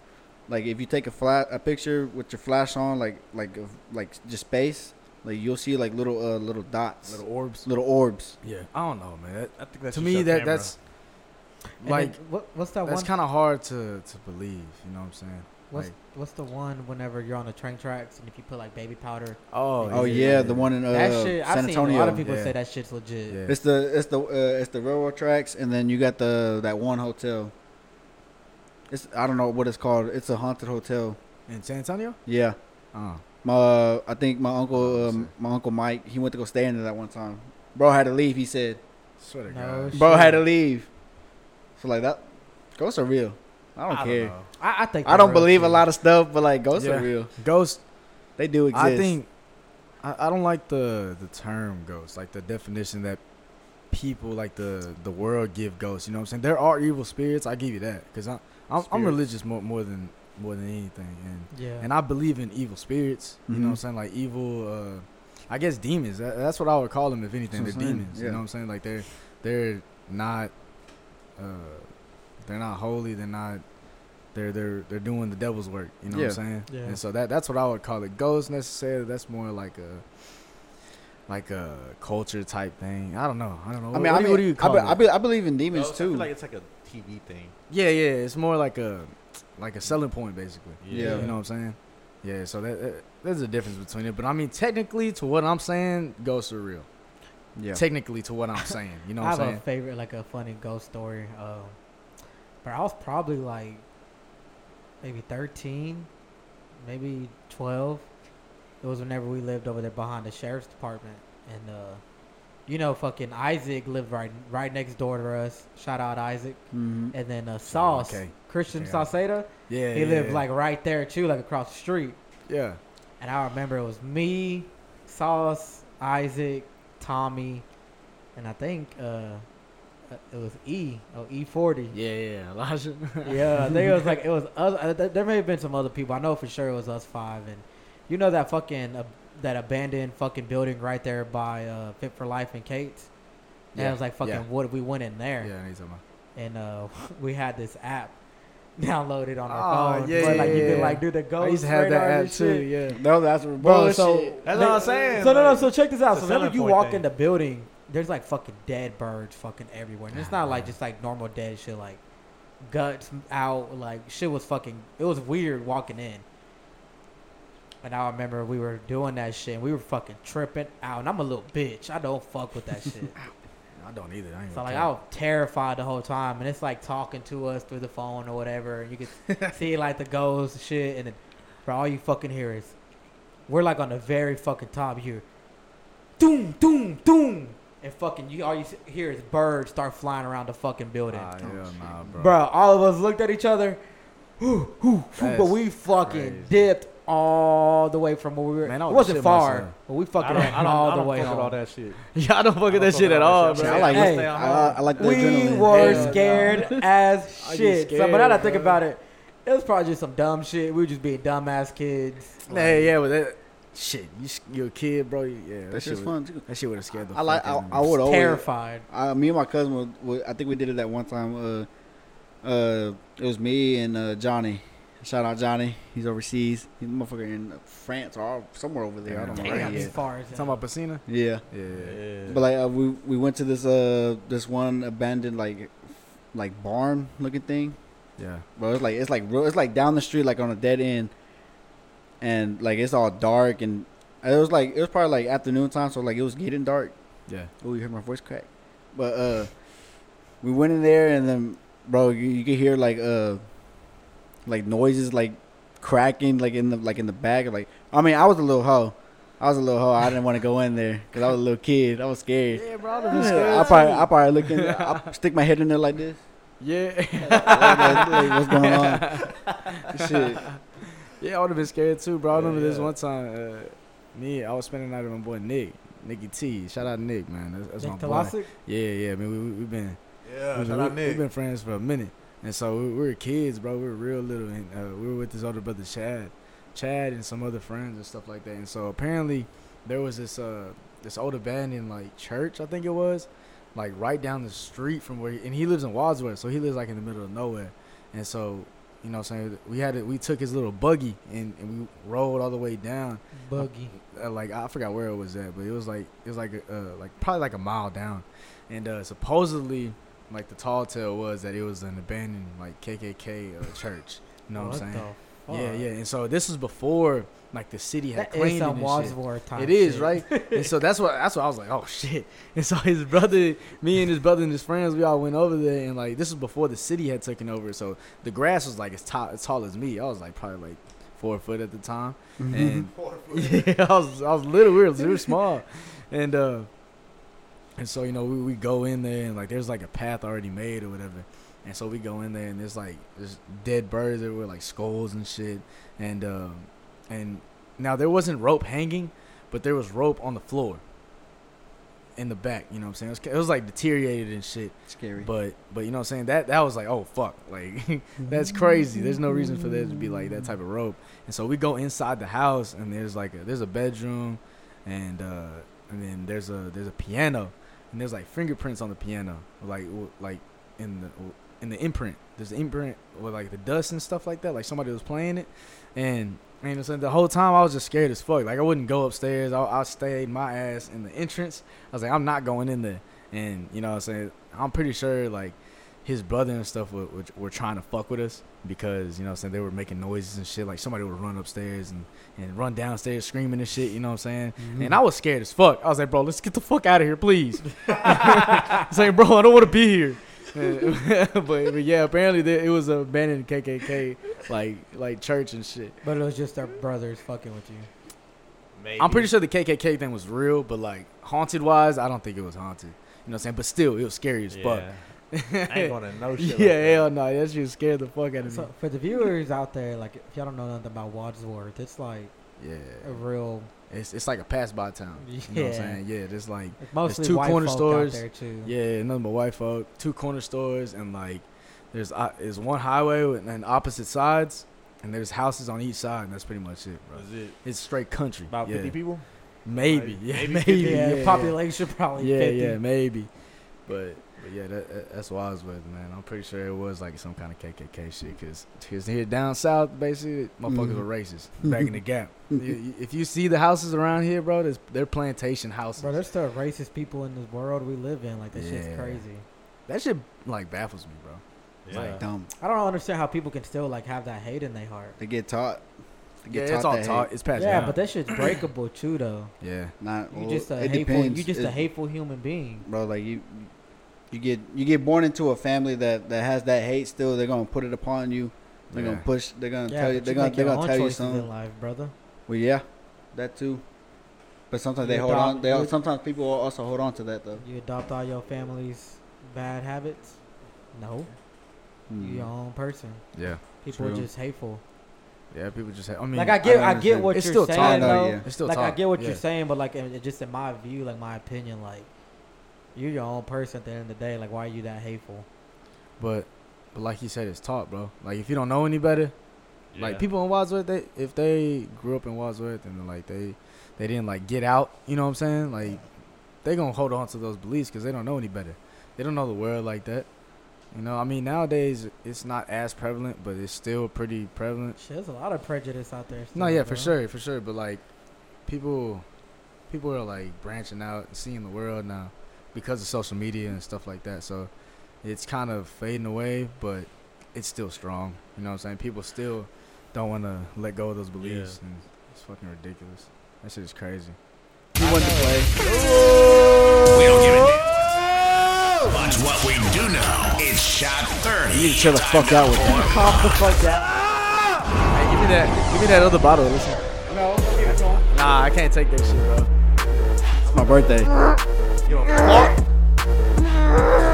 B: like if you take a flat a picture with your flash on, like like of- like just space, like you'll see like little uh, little dots,
F: Little
B: little,
F: orbs.
B: orbs.
F: Yeah. I don't know, man. That,
D: I think that's
F: to
D: just
F: me,
D: your
F: that
D: camera.
F: that's
C: And then
F: like
C: what, what's that
F: that's
C: one?
F: kind of hard to to believe. You know what I'm saying?
C: What's,
F: like-
C: what's the one whenever you're on the train tracks and if you put like baby powder?
F: Oh,
B: Oh yeah, the one in uh,
C: that shit. I've
B: San
C: seen a lot of
B: Antonio.
C: people
F: yeah.
C: say that shit's legit.
F: Yeah.
B: It's the it's the uh, it's the railroad tracks, and then you got the that one hotel. It's I don't know what it's called. It's a haunted hotel.
F: In San Antonio?
B: Yeah.
F: Oh.
B: My, uh, I think my uncle,
F: Oh,
B: um,
F: shit.
B: my uncle Mike, he went to go stay in there that one time. Bro had to leave. He said,
F: Swear to
C: No
F: God.
C: shit.
B: "Bro had to leave." So like that, ghosts are real. I don't care.
F: know.
C: I, I think
B: I don't believe a lot of stuff, but like ghosts
F: Yeah.
B: are real.
F: Ghost.
B: They do exist.
F: I think I, I don't like the the term ghost, like the definition that people like the the world give ghosts. You know what I'm saying? There are evil spirits. I give you that because I I'm, I'm
B: Spirit.
F: religious more, more than more than anything, and
C: Yeah.
F: and I believe in evil spirits. You know what I'm
B: Mhm.
F: saying? Like evil, uh, I guess demons. That, that's what I would call them, if anything. They're
B: That's what I'm saying,
F: demons. You
B: yeah.
F: know what I'm saying? Like they're they're not uh, they're not holy. They're not they're they're they're doing the devil's work. You know what I'm saying?
C: Yeah.
F: And so that that's what I would call it. Ghosts necessarily. That's more like a like a culture type thing. I don't know. I don't know.
B: I mean,
F: What do
B: I mean,
F: you- what do you call
B: I, be,
F: it?
B: I, be, I believe in
D: Ghost,
B: demons
D: I
B: too.
D: feel like it's like a TV thing.
F: Yeah, yeah. It's more like a like a selling point, basically.
B: Yeah.
F: You know what I'm saying? Yeah. So that, that there's a difference between it, but I mean, technically, to what I'm saying, ghosts are real.
B: yeah.
F: Technically, to what I'm saying, you
C: *laughs*
F: know
C: I
F: what I'm
C: have
F: saying?
C: a favorite, like a funny ghost story. Um, but I was probably like maybe 13, maybe 12. It was whenever we lived over there behind the sheriff's department, and uh, you know, fucking Isaac lived right right next door to us. Shout out Isaac,
B: Mhm.
C: and then uh,
F: out
C: Sauce
F: Kay.
C: Christian
F: Shout out.
C: Sauceda.
F: Yeah.
C: He
F: yeah,
C: lived
F: yeah.
C: like right there too, like across the street.
F: yeah.
C: And I remember it was me, Sauce, Isaac, Tommy, and I think uh, it was E or E forty.
F: Yeah, yeah, Elijah.
C: *laughs* Yeah, I think it was like
F: *laughs*
C: it was other. uh, th- There may have been some other people. I know for sure it was us five, and you know that fucking uh, that abandoned fucking building right there by uh, Fit for Life and Kate's. And
F: Yeah,
C: it was like fucking
F: yeah.
C: what if we went in there
F: yeah, I need something.
C: and uh, *laughs* we had this app *laughs* downloaded on our
F: Oh,
C: phone.
F: yeah,
C: where, like you
F: yeah,
C: could
F: yeah.
C: like do the ghost.
F: I used to have that
C: radar and
F: app too.
C: shit.
F: Yeah.
B: No, that's
C: Bro,
B: bullshit.
C: so
D: That's
C: They-
D: what I'm saying.
C: So no, no.
D: like-
C: So check this out. So
D: it's a
C: whenever
D: selling
C: you
D: point
C: walk
D: thing.
C: in the building, there's like fucking dead birds fucking everywhere, and it's not like just like normal dead shit, like guts out, like shit was fucking. It was weird walking in. And I remember we were doing that shit, and we were fucking tripping out. And I'm a little bitch. I don't fuck with that
D: *laughs*
C: shit.
F: I don't either. I ain't
C: So
F: gonna
C: like
F: care.
C: I was terrified the whole time, and it's like talking to us through the phone or whatever. And you
F: *laughs*
C: could see like the ghosts and shit, and then for all you fucking hear is, we're like on the very fucking top here, doom doom doom, and fucking you all you s- hear is birds start flying around the fucking building.
F: Ah, hell nah, bro.
C: Bro, all of us looked at each other, *gasps* whew, whew, whew, but
F: That's
C: we fucking
F: crazy.
C: dipped all the way from where we were.
F: Man, I
C: it
F: would've
C: wasn't
F: shit
C: far,
F: myself.
C: but we
D: I
C: fucking
D: don't, I
C: ran
D: don't,
C: all
D: I
C: the
D: don't
C: way
D: fuck with all
C: home.
D: that shit.
F: *laughs* Yeah, I don't fuck with
D: I
F: that
D: don't
F: shit
D: fuck
F: at
D: with all
F: all,
D: that shit.
F: bro.
B: I like.
C: Hey.
B: I, I, I like the
C: we
B: adrenaline.
C: were
F: Yeah.
C: scared as
F: I get
C: shit. so, but now
F: scared,
C: that I think
F: bro.
C: about it, it was probably just some dumb shit. We were just being dumbass kids.
F: Hey, yeah, with that shit, you, s- you a kid, bro. you- Yeah,
B: That shit's
F: would-
B: fun too.
F: That shit would have scared the.
B: I like.
F: fuck
B: I,
F: out of me.
B: I would always.
C: Terrified.
B: I, me and my cousin would, would. I think we did it at one time. Uh, uh, it was me and uh, Johnny. Shout out Johnny. He's overseas. He's a motherfucker in France or somewhere over there. I don't know.
C: Damn,
B: where
F: Right,
B: he
C: as
B: is.
C: far as
F: Talking about Pacino?
B: Yeah.
F: Yeah.
B: But like uh, we we went to this uh this one abandoned like like barn looking thing.
F: Yeah.
B: Bro, it's like it's like real, it's like down the street, like on a dead end, and like it's all dark and it was like it was probably like afternoon time, so like it was getting dark.
F: Yeah.
B: Oh, you heard my voice crack. But uh, we went in there and then bro, you, you could hear like uh, like noises like cracking like in the like in the back. Like I mean, I was a little hoe. I was a little hoe. I didn't want to go in there because I was a little kid. I was scared.
F: Yeah, bro. I'd
B: I probably, I probably look in. there- I stick my head in there like this. *laughs*
F: Yeah. *laughs*
B: Like, like, like, what's going on? Shit.
F: yeah, I would have been scared too, bro. I
D: Yeah,
F: remember this
D: yeah.
F: one time, uh, me, I was spending the night with my boy Nick, Nicky T. Shout out Nick, man. That's, that's
C: Nick
F: my boy.
C: Telosic?
F: Yeah, yeah, man. We, we, we've been
D: Yeah,
F: we,
D: shout
F: we,
D: out
F: We've
D: Nick.
F: been friends for a minute, and so we, we were kids, bro. We were real little, and uh, we were with his older brother Chad, Chad, and some other friends and stuff like that. And so apparently, there was this uh this old abandoned like church, I think it was, like right down the street from where, he, and he lives in Wadsworth, so he lives like in the middle of nowhere, and so. You know what I'm saying? We had it. We took his little buggy and, and we rolled all the way down.
C: Boogie.
F: Uh, like I forgot where it was at, but it was like it was like uh, like probably like a mile down, and uh, supposedly like the tall tale was that it was an abandoned like KKK uh, church. You know what, I'm saying?
C: the
F: Yeah,
C: fuck?
F: yeah. And so this was before like the city had
C: That is
F: cleaned it
C: some
F: and shit.
C: Wadsworth time.
F: It is
C: shit. *laughs*
F: right, and so that's what that's what I was like, oh shit. *laughs* And so his brother, me and his brother and his friends, we all went over there, and like this was before the city had taken over, so the grass was like as tall as tall as me. I was like probably like four foot at the time,
B: Mm-hmm.
C: Mm-hmm.
F: and yeah, *laughs* I was I was little, we were, we were small, and uh, and so you know we, we go in there and like there's like a path already made or whatever, and so we go in there and there's like there's dead birds everywhere like skulls and shit, and um, and now there wasn't rope hanging, but there was rope on the floor. in the back. You know what I'm saying? It was, it was like deteriorated and shit.
B: Scary.
F: But but you know what I'm saying? That that was like, oh fuck. Like *laughs*
C: Mm-hmm.
F: that's crazy. There's no reason for there to be like that type of rope. And so we go inside the house and there's like a, there's a bedroom and uh and then there's a there's a piano and there's like fingerprints on the piano like w- like in the in the imprint. There's the imprint with like the dust and stuff like that. Like somebody was playing it and and it's like the whole time I was just scared as fuck. Like I wouldn't go upstairs. I, I stayed my ass in the entrance. I was like, I'm not going in there. And you know what I'm saying? I'm pretty sure like his brother and stuff were, were, were trying to fuck with us because, you know what I'm saying, they were making noises and shit. Like somebody would run upstairs and, and run downstairs screaming and shit, you know what I'm saying?
C: Mm-hmm.
F: And I was scared as fuck. I was like, bro, let's get the fuck out of here, please. *laughs* I was like, bro, I don't want to be here. *laughs* but, but yeah, apparently there, it was an abandoned KKK like like church and shit.
C: But it was just their brothers fucking with you.
D: Maybe.
F: I'm pretty sure the KKK thing was real, but like haunted wise, I don't think it was haunted. You know what I'm saying? But still, it was scary as fuck.
D: I
F: *laughs*
D: ain't gonna *laughs* know shit.
F: yeah,
D: like that.
F: hell no, that shit scared the fuck out of me.
C: So for the viewers out there, like if y'all don't know nothing about Wadsworth, it's like
F: yeah,
C: a real
F: it's it's like a pass by town. You know what I'm
C: Yeah.
F: saying? Yeah, there's like
C: mostly
F: two
C: white
F: corner
C: folk
F: stores.
C: out there too.
F: yeah, nothing but white folk, two corner stores, and like there's uh, is one highway with- and opposite sides, and there's houses on each side, and that's pretty much it, bro.
D: Is it
F: It's straight country.
D: about
F: yeah.
D: 50 people?
F: Maybe,
D: Like,
F: yeah,
D: maybe
F: maybe,
D: 50,
F: yeah,
C: Yeah,
F: yeah.
C: population probably
F: yeah,
C: 50.
F: yeah, maybe. But, but yeah, that, that, that's what I was with, man. I'm pretty sure it was like some kind of KKK shit, cause, 'cause here down south, basically, motherfuckers
B: Mhm.
D: Mm.
F: were racist. Back in the gap, You-
B: Mm-hmm.
F: you- if you see the houses around here, bro, there's, they're plantation houses.
C: Bro, there's still racist people in this world we live in. Like, that shit's
F: Yeah.
C: crazy.
F: that shit like baffles me, bro.
D: Yeah.
B: Dumb.
C: I don't understand how people can still, like, have that hate in their heart.
B: They get taught.
F: Yeah,
B: They get
F: it's
B: taught
F: all
B: that
F: taught.
B: hate.
F: It's passed
C: yeah,
F: down.
C: but that shit's breakable, too, though.
F: yeah,
B: Not.
C: You
B: well,
C: just a
B: it
C: hateful,
B: depends.
C: you just
B: It-
C: a hateful human being.
B: bro. Like you, you get you get born into a family that that has that hate. Still, they're gonna put it upon you. They're
F: Yeah.
B: gonna push. They're gonna
C: Yeah,
B: tell you.
C: but
B: They're
C: you
B: gonna
C: make
B: they're
C: your
B: gonna
C: own
B: tell you
C: choices in
B: something.
C: life, brother.
B: Well, yeah, that too. But sometimes they
C: You
B: hold
C: adopt-
B: on. They al-
C: you-
B: sometimes people will also hold on to that though.
C: You adopt all your family's bad habits? No. You your own person.
F: yeah,
C: People are
B: Mm. True.
C: just hateful.
F: yeah. People just, ha- I mean,
C: like I get,
B: don't
C: I, get
B: understand.
C: what
F: It's
C: you're
F: still
C: saying,
B: I
F: taught,
B: know,
C: though.
B: yeah.
F: it's still
C: like I
F: taught.
C: get what
F: Yeah.
C: you're saying, but like in, just in my view, like my opinion, like you're your own person at the end of the day. Like why are you that hateful?
F: But, but like you said, it's taught, bro. Like if you don't know any better, Like people in Wadsworth, they if they grew up in Wadsworth and like they they didn't like get out, you know what I'm saying? Like they gonna hold on to those beliefs because they don't know any better. They don't know the world like that. You know, I mean nowadays it's not as prevalent, but it's still pretty prevalent.
C: Shit, there's a lot of prejudice out there.
F: No,
C: still,
F: yeah, for
C: bro.
F: sure, for sure. But like people people are like branching out and seeing the world now because of social media and stuff like that. So it's kind of fading away, but it's still strong. You know what I'm saying? People still don't want to let go of those beliefs, and it's fucking ridiculous. That shit is crazy.
B: You want to play?
E: We don't give a damn. But what we do know, it's shot 30.
B: You need to chill the
E: Time
B: fuck
E: to
B: out with that.
E: perform.
F: Hey, give me that, give me that other bottle. Listen.
D: No, don't give it to him.
F: Nah, I can't take that shit, bro.
B: It's my birthday.
D: You don't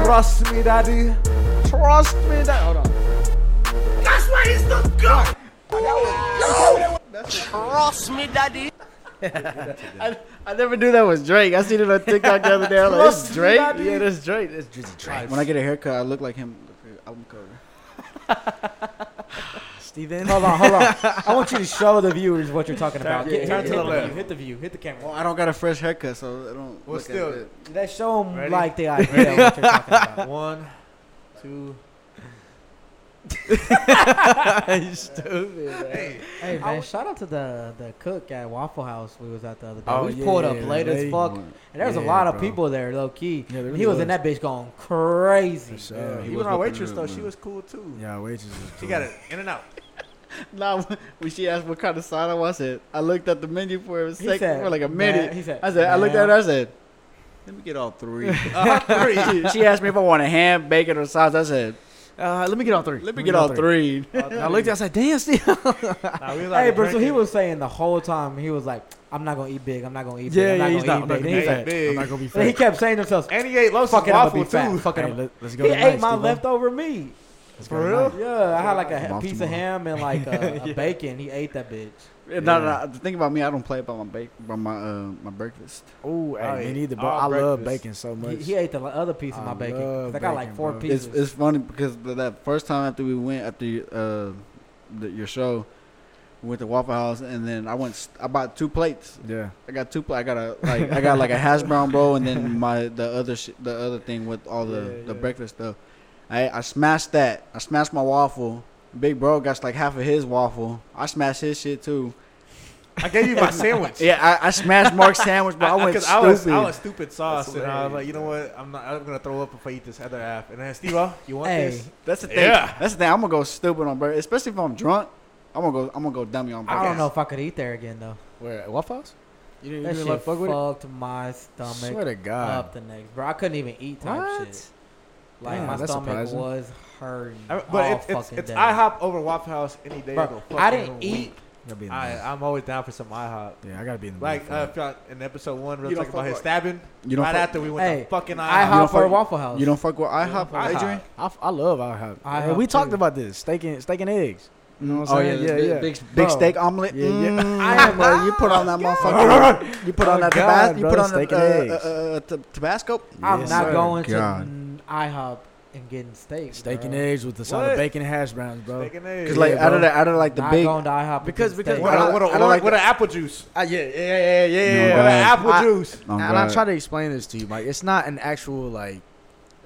D: Trust me, daddy. Trust me, daddy. Hold on.
E: That's why he's the GOAT.
B: *laughs*
F: I, I never knew that was Drake. I seen it on TikTok the other day. I'm like, this Drake? Yeah, that's Drake. That's Drizzy Drake.
B: When I get a haircut, I look like him. Look at Album cover.
F: Steven.
C: Hold on, hold on. I want you to show the viewers what you're talking about.
D: yeah,
C: Get-
D: turn
C: hit,
D: to
C: hit
D: the left.
C: View, hit the view. Hit the camera.
B: Well, Oh, I don't got a fresh haircut, so I don't.
D: Well,
B: look
D: still-
B: at it.
C: Let's show them
D: Ready?
C: like the
B: *laughs*
C: idea of what you're talking about.
D: *laughs* One, *laughs* two. Hey,
C: *laughs* Hey man, shout out to the the cook at Waffle House we was at the other day.
F: Oh,
C: we
F: yeah,
C: pulled up
F: yeah,
C: late
F: they-
C: as fuck, and there was a
F: Yeah,
C: lot of
F: bro.
C: people there, low key.
F: Yeah, there
C: And
F: really
C: he was,
F: was.
C: in that bitch going crazy.
F: For sure.
B: Yeah, he
D: even
B: was
D: our
B: looking
D: waitress
B: good,
D: though, she
B: man.
D: was cool too.
F: Yeah, wages. Is
D: She got it in and out.
B: Nah, *laughs* when she asked what kind of side I was at, I looked at the menu for a second,
C: said,
B: for like a
C: "Ma'am,"
B: minute.
C: he said,
B: I said, I looked at her,
C: "Ma'am."
B: I said, let me get all *laughs* three.
D: Uh, three.
B: she asked me if I want a ham, bacon, or sides. I said,
F: Uh, let me get all three.
B: let me get all three. *laughs*
F: And I looked. I said, "Damn, Steve."
D: Nah, we was out
C: Hey,
D: here
C: bro, so he
D: drinking.
C: was saying the whole time he was like, "I'm not gonna eat big. I'm not gonna eat big. I'm not gonna eat big."
D: gonna
C: And he
D: eat
C: said-
D: fat. big.
F: I'm not gonna be
C: and he
F: fat.
C: kept saying to himself,
D: And he ate Love's
C: "Fucking, I'm gonna be
D: waffle
C: fat.
D: too.
C: Fucking,
F: Hey,
C: I'ma-"
F: let, us go.
C: he
F: to
C: ate
F: nice,
C: my
F: Steve-O.
C: leftover meat."
B: It's
D: For
B: kinda
D: real?
B: nice.
C: Yeah, I had like a ha-
B: Mouth to
C: piece of
B: mouth.
C: ham and like a,
F: *laughs*
C: a bacon. He ate that bitch.
B: Yeah, No, no. The thing about me, I don't play about my bake, by my uh, my breakfast.
F: Ooh,
D: Oh,
F: hey,
D: yeah.
F: me neither, bro.
D: All
F: I love
D: breakfast.
F: bacon so
C: He,
F: much.
C: he ate the li- other piece of
F: I
C: my bacon.
F: love
C: 'Cause I got like
F: bacon,
C: four
F: bro.
B: It's
C: pieces.
B: it's funny because the- that first time after we went after uh, the, your show, we went to Waffle House and then I went. st- I bought two plates.
F: Yeah,
B: I got two. pla- I got a like. I got like a hash brown bowl and then my the other sh- the other thing with all the
D: Yeah,
B: the
D: yeah.
B: breakfast stuff. I I smashed that. I smashed my waffle. Big bro got like half of his waffle. I smashed his shit too.
D: I gave you *laughs* my sandwich.
B: Yeah, I, I smashed *laughs* Mark's sandwich, but I, went
D: 'cause
B: stupid.
D: I was, I was stupid sauce, and I was
F: hilarious,
D: like, you know what? I'm not. I'm gonna throw up if I eat this other half. And then Steve, you want
C: Hey.
D: this?
B: That's the thing.
D: Yeah.
B: That's the thing. I'm gonna go stupid on burger, especially if I'm drunk. I'm gonna go. I'm gonna go dummy on burger.
C: I don't know if I could eat there again though.
F: where at Waffle House? You didn't, you
C: That
F: didn't
C: shit
F: like fuck with it?
C: fucked my
F: Swear
C: stomach
F: to
C: up
F: God,
C: the next, bro. I couldn't even eat type
F: What?
C: shit. Like
F: Damn,
C: my
F: that's
C: stomach
F: surprising.
C: was hurting.
D: I-
C: all
D: but it's it's,
C: fucking
D: it's
C: day.
D: IHOP over Waffle House any day. of
C: Bro,
D: the
C: I
D: fucking
C: didn't
D: week.
C: eat.
F: gotta be in the
D: I,
F: mood.
D: I'm always down for some IHOP.
F: yeah, I gotta be in the
D: Like
F: like,
D: uh, if y'all- in episode one, we
B: You
D: were
B: don't
D: talking about
B: fuck
D: his
B: with-
D: stabbing.
B: You don't
D: Right
B: fuck-
D: after we went
C: Hey,
D: to fucking IHOP.
C: IHOP
B: fuck-
C: or Waffle House.
B: You don't fuck with
C: don't
B: IHOP,
C: fuck with
B: Adrian.
F: I, f- I love IHOP.
C: IHOP
F: we talked
C: too.
F: about this steak and steak and eggs. You know what I'm saying?
B: the big, Big, big
F: Bro.
B: steak omelet.
F: Yeah, yeah.
B: Mm, bro, you put on *laughs* that motherfucker. you put on
F: Oh,
B: that
F: God,
B: Tabasco. You
F: bro,
B: put on
F: steak
B: that uh,
F: and
B: uh,
F: eggs.
B: uh, t- Tabasco.
C: I'm
F: Yes,
C: not
F: sir.
C: going
B: God.
C: to mm, IHOP and getting steak.
F: Steak
C: bro.
F: and eggs with the side
D: What?
F: of bacon and hash browns, bro.
D: Steak and eggs.
B: Cause like
F: Yeah,
B: out of
F: bro.
B: the out of like the
C: not
B: big.
C: going to IHOP
F: Because-
C: and
F: because-
C: getting steak.
D: With
B: I
D: a-
B: don't-
D: with a
B: I don't
D: orange-
B: like
D: with an apple juice.
F: Ah, yeah, yeah, yeah, yeah, yeah.
B: No,
F: yeah.
D: With an
B: God.
D: apple
F: I-
D: juice.
B: Oh,
F: and I
B: God.
F: try to explain this to you, Mike. It's not an actual like,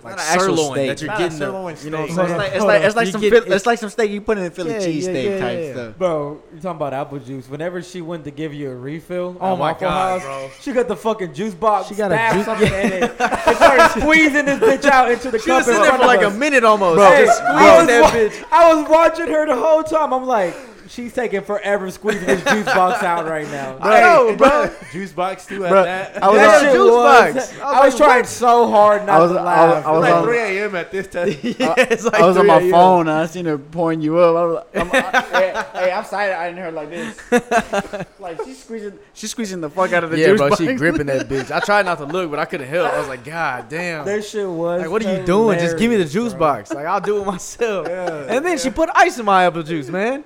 F: like
B: not an actual
F: sirloin
B: steak.
F: that you're
D: Not a
F: getting. the-
D: sirloin
F: you know what I'm
D: steak.
F: saying?
B: It's like it's
F: Hold
B: like
F: on.
B: it's like
F: You
B: some
F: get-
B: Phil- it's like some steak you put in Philly
F: Yeah,
B: cheese
F: yeah,
B: steak
F: yeah,
B: type
F: yeah.
B: stuff.
C: Bro, you talking about apple juice? Whenever she went to give you a refill,
D: Oh
C: at
D: my
C: Waffle
D: God,
C: House,
D: bro.
C: she got the fucking juice box.
F: She
C: She
F: got
C: got
F: a
C: stabbed
F: juice-
C: something
B: *laughs*
C: in it. and started squeezing this bitch out into the
F: She was
C: cup. in
F: in there
C: front
F: for
C: of
F: like a
C: us.
F: minute almost.
C: Hey,
F: Just
C: I, was
F: squeezing that
C: wa-
F: bitch.
C: I was watching her the whole time. I'm like, she's taking forever squeezing this juice box out right now.
F: *laughs* I know,
D: and
F: bro.
D: Juice box too at
B: Bro,
D: that.
B: I was
C: That
B: on-
C: shit
F: juice
C: was-
F: box.
C: I was trying so hard not
B: I was-
C: to
B: I
C: laugh.
B: I was
D: like
B: on-
D: 3 a.m. at this time.
F: It's like
B: I was on
F: 3
B: my
F: a.m.
B: phone. and I seen her pouring you up. I was like, I'm, *laughs* I, hey, hey, I'm sorry. I didn't hear like this. *laughs* like she's squeezing, she's squeezing the fuck out of the
F: Yeah,
B: juice
F: bro,
B: box.
F: she gripping that bitch. I tried not to look, but I couldn't help. I was like, God damn.
C: That shit was.
F: Like, what are you doing? Just give me the
C: hilarious,
F: juice
C: bro.
F: box. Like, I'll do it myself.
D: Yeah.
F: and then she put ice in my apple juice, man.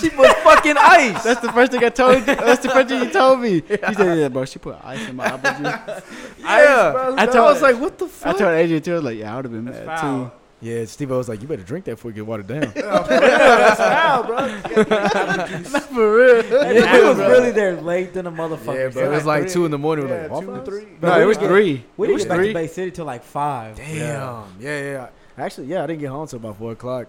F: She put fucking
C: *laughs*
F: ice.
B: *laughs* That's the first thing I told you. That's the first thing you
F: *laughs*
B: told me. You said, yeah, bro, she put ice in my apple juice.
F: yeah.
D: bro,
F: I,
B: no.
F: told, I was like, what the
B: I
F: fuck?
B: told Adrian too. I was like, yeah, I would have been
D: That's
B: mad
D: foul.
B: too.
F: yeah, Steve was like, you better drink that before you get watered down.
D: That's
F: *laughs*
D: foul, bro.
B: For real.
C: Hey, but we
F: Yeah,
C: was
F: bro.
C: really there late than a motherfucker.
F: yeah, bro. It was like
D: like three-
F: 2 in the morning.
D: Yeah,
F: We're like,
D: two to
F: Waffle House?
D: three.
B: No, it was
C: Yeah.
B: three. It
C: We didn't
B: was
C: get back to
B: three.
C: Bay City till like five.
F: Damn. Yeah. yeah, yeah. Actually, yeah, I didn't get home till about 4 o'clock.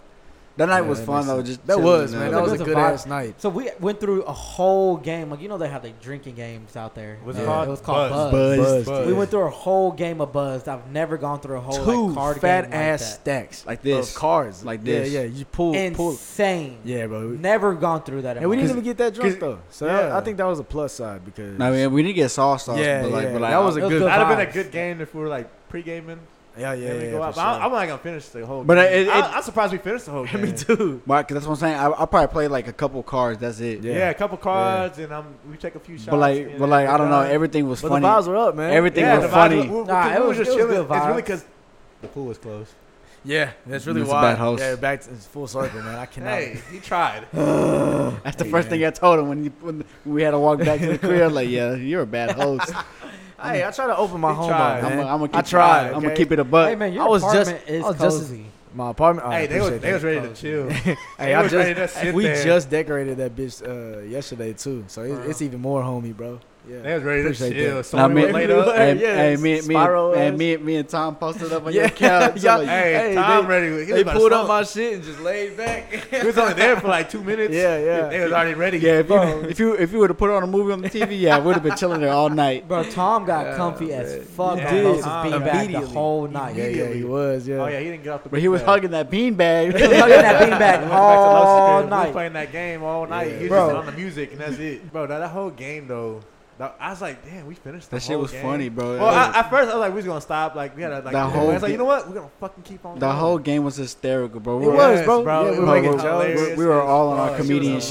B: That night
F: Yeah,
B: was
F: that
B: fun
F: makes
B: though.
F: sense.
B: Just
F: That
B: chilling
F: was,
B: and
F: man.
B: all
F: That was a
C: It was a
F: good
C: vibe.
F: ass night.
C: So we went through a whole game. Like you know they have like drinking games out there.
D: Was
C: Uh,
D: it
F: called
C: it was called Buzz.
D: Buzz?
B: Buzz.
C: We went through a whole game of Buzz. I've never gone through a whole
F: two
C: like, card
F: fat
C: game
F: ass
C: like that.
F: stacks
B: Like this.
F: of cards,
B: Like this.
F: Yeah, yeah. You pull, pull.
C: Insane.
F: Yeah, bro.
C: Never gone through that. in
F: And we
C: my
F: didn't
C: life.
F: even get that drunk
B: 'cause-
F: though, so
D: yeah.
F: that- I think that was a plus side because.
B: I mean, we didn't get sauce sauce.
F: yeah,
B: but like,
F: yeah,
B: but like,
F: that was a
C: It was
F: good.
C: good
D: That'd have been a
C: vibes.
D: good game if we were like pre-gaming.
F: yeah, yeah,
D: and we
F: yeah.
D: go
F: for
D: out. But
F: sure.
D: I'm, I'm not gonna finish the whole.
B: But
D: game.
B: it- it-
D: I, I'm surprised we finished the whole game.
F: me too.
B: Why- 'cause that's what I'm saying. I, I probably played like a couple cards. That's it.
F: Yeah.
D: Yeah, a couple cards, and I'm we take a few shots.
B: But like,
D: and
B: but like, I don't know.
D: everything
B: Everything was
F: But
B: funny.
F: the vibes were up, man.
B: Everything
D: yeah,
B: was
D: the vibes
B: funny.
D: were- we- we-
C: Nah,
D: we
C: it
D: were
C: was-
D: just
C: it was
D: chilling.
C: good
D: It's really
C: vibes.
D: because the pool was closed.
F: Yeah, that's really
B: It's a
F: why.
B: bad host.
F: Yeah, back to it's full circle, man. I cannot.
D: Hey, he tried.
B: That's the first thing I told him when, he, when we had to walk back to the crib. I'm Like, yeah, you're
F: *laughs*
B: a bad host.
F: Hey, I try to open my
D: He
F: home
D: tried.
F: up,
B: I'm
F: man.
B: gonna
F: I
B: keep,
F: tried.
B: I'm
F: okay?
B: gonna keep it a buck.
C: Hey man, your
F: I was just-
C: apartment is
F: I was just-
C: cozy.
F: my apartment. I
D: hey, they was
F: appreciate
D: they was
F: that.
D: ready to chill.
F: Hey,
D: they
F: I
D: was ready to
F: just hey,
D: sit
F: we
D: there.
F: just decorated that bitch uh, yesterday too, so
C: For
F: it's,
C: real.
F: it's even more homey, bro. Yeah.
D: They was ready to
F: Appreciate
D: chill.
F: that.
D: So
B: Nah,
D: we
B: me-
D: were laid up.
B: Hey,
F: Yeah,
B: hey, me, me,
F: spiral
B: hey,
F: ass.
B: me, me and Tom posted up on
F: *laughs* Yeah.
B: your couch.
F: Yeah.
B: I'm like,
D: Hey,
F: Hey,
D: Tom
F: they-
D: ready. He was
F: They
D: about to
F: pulled up
D: smoke.
F: my shit and just laid back.
D: He was only there for like two minutes.
F: Yeah, yeah.
D: They was already ready.
B: yeah, if you if you if you would have put on a movie on the TV, yeah, I would have been chilling there all night.
C: Bro, Tom got
F: Yeah,
C: comfy
F: man.
C: as fuck.
D: He
C: Yeah,
D: did.
C: Moses
D: Tom
C: being back the
F: immediately.
C: whole night.
F: yeah, yeah, he
D: Immediately.
F: was. Yeah.
D: Oh yeah, he didn't get off the.
B: But he was
D: bed.
B: hugging that beanbag.
C: *laughs* *laughs*
B: *laughs*
C: He was
F: *laughs*
C: hugging that
D: We
C: beanbag
D: went back to Los
C: all
D: Angeles. We was
C: night.
D: playing that game all night. He was
C: Bro.
D: just on the music, and that's it. Bro, that, that whole game though, That, I was like, damn, we finished. The
B: That shit
D: whole
B: was
D: game.
B: funny, bro.
D: Well, I, at first I was like, we was gonna stop. Like we had a, like.
B: The
D: The
B: whole
D: whole. I was like,
B: ga-
D: you know what? We're gonna fucking keep on.
B: the
D: going.
B: whole game was hysterical, bro. We
F: It
B: were-
F: was, bro. Yeah, we
B: were making jokes. We- we were all on our
D: That shit was
B: comedian shit.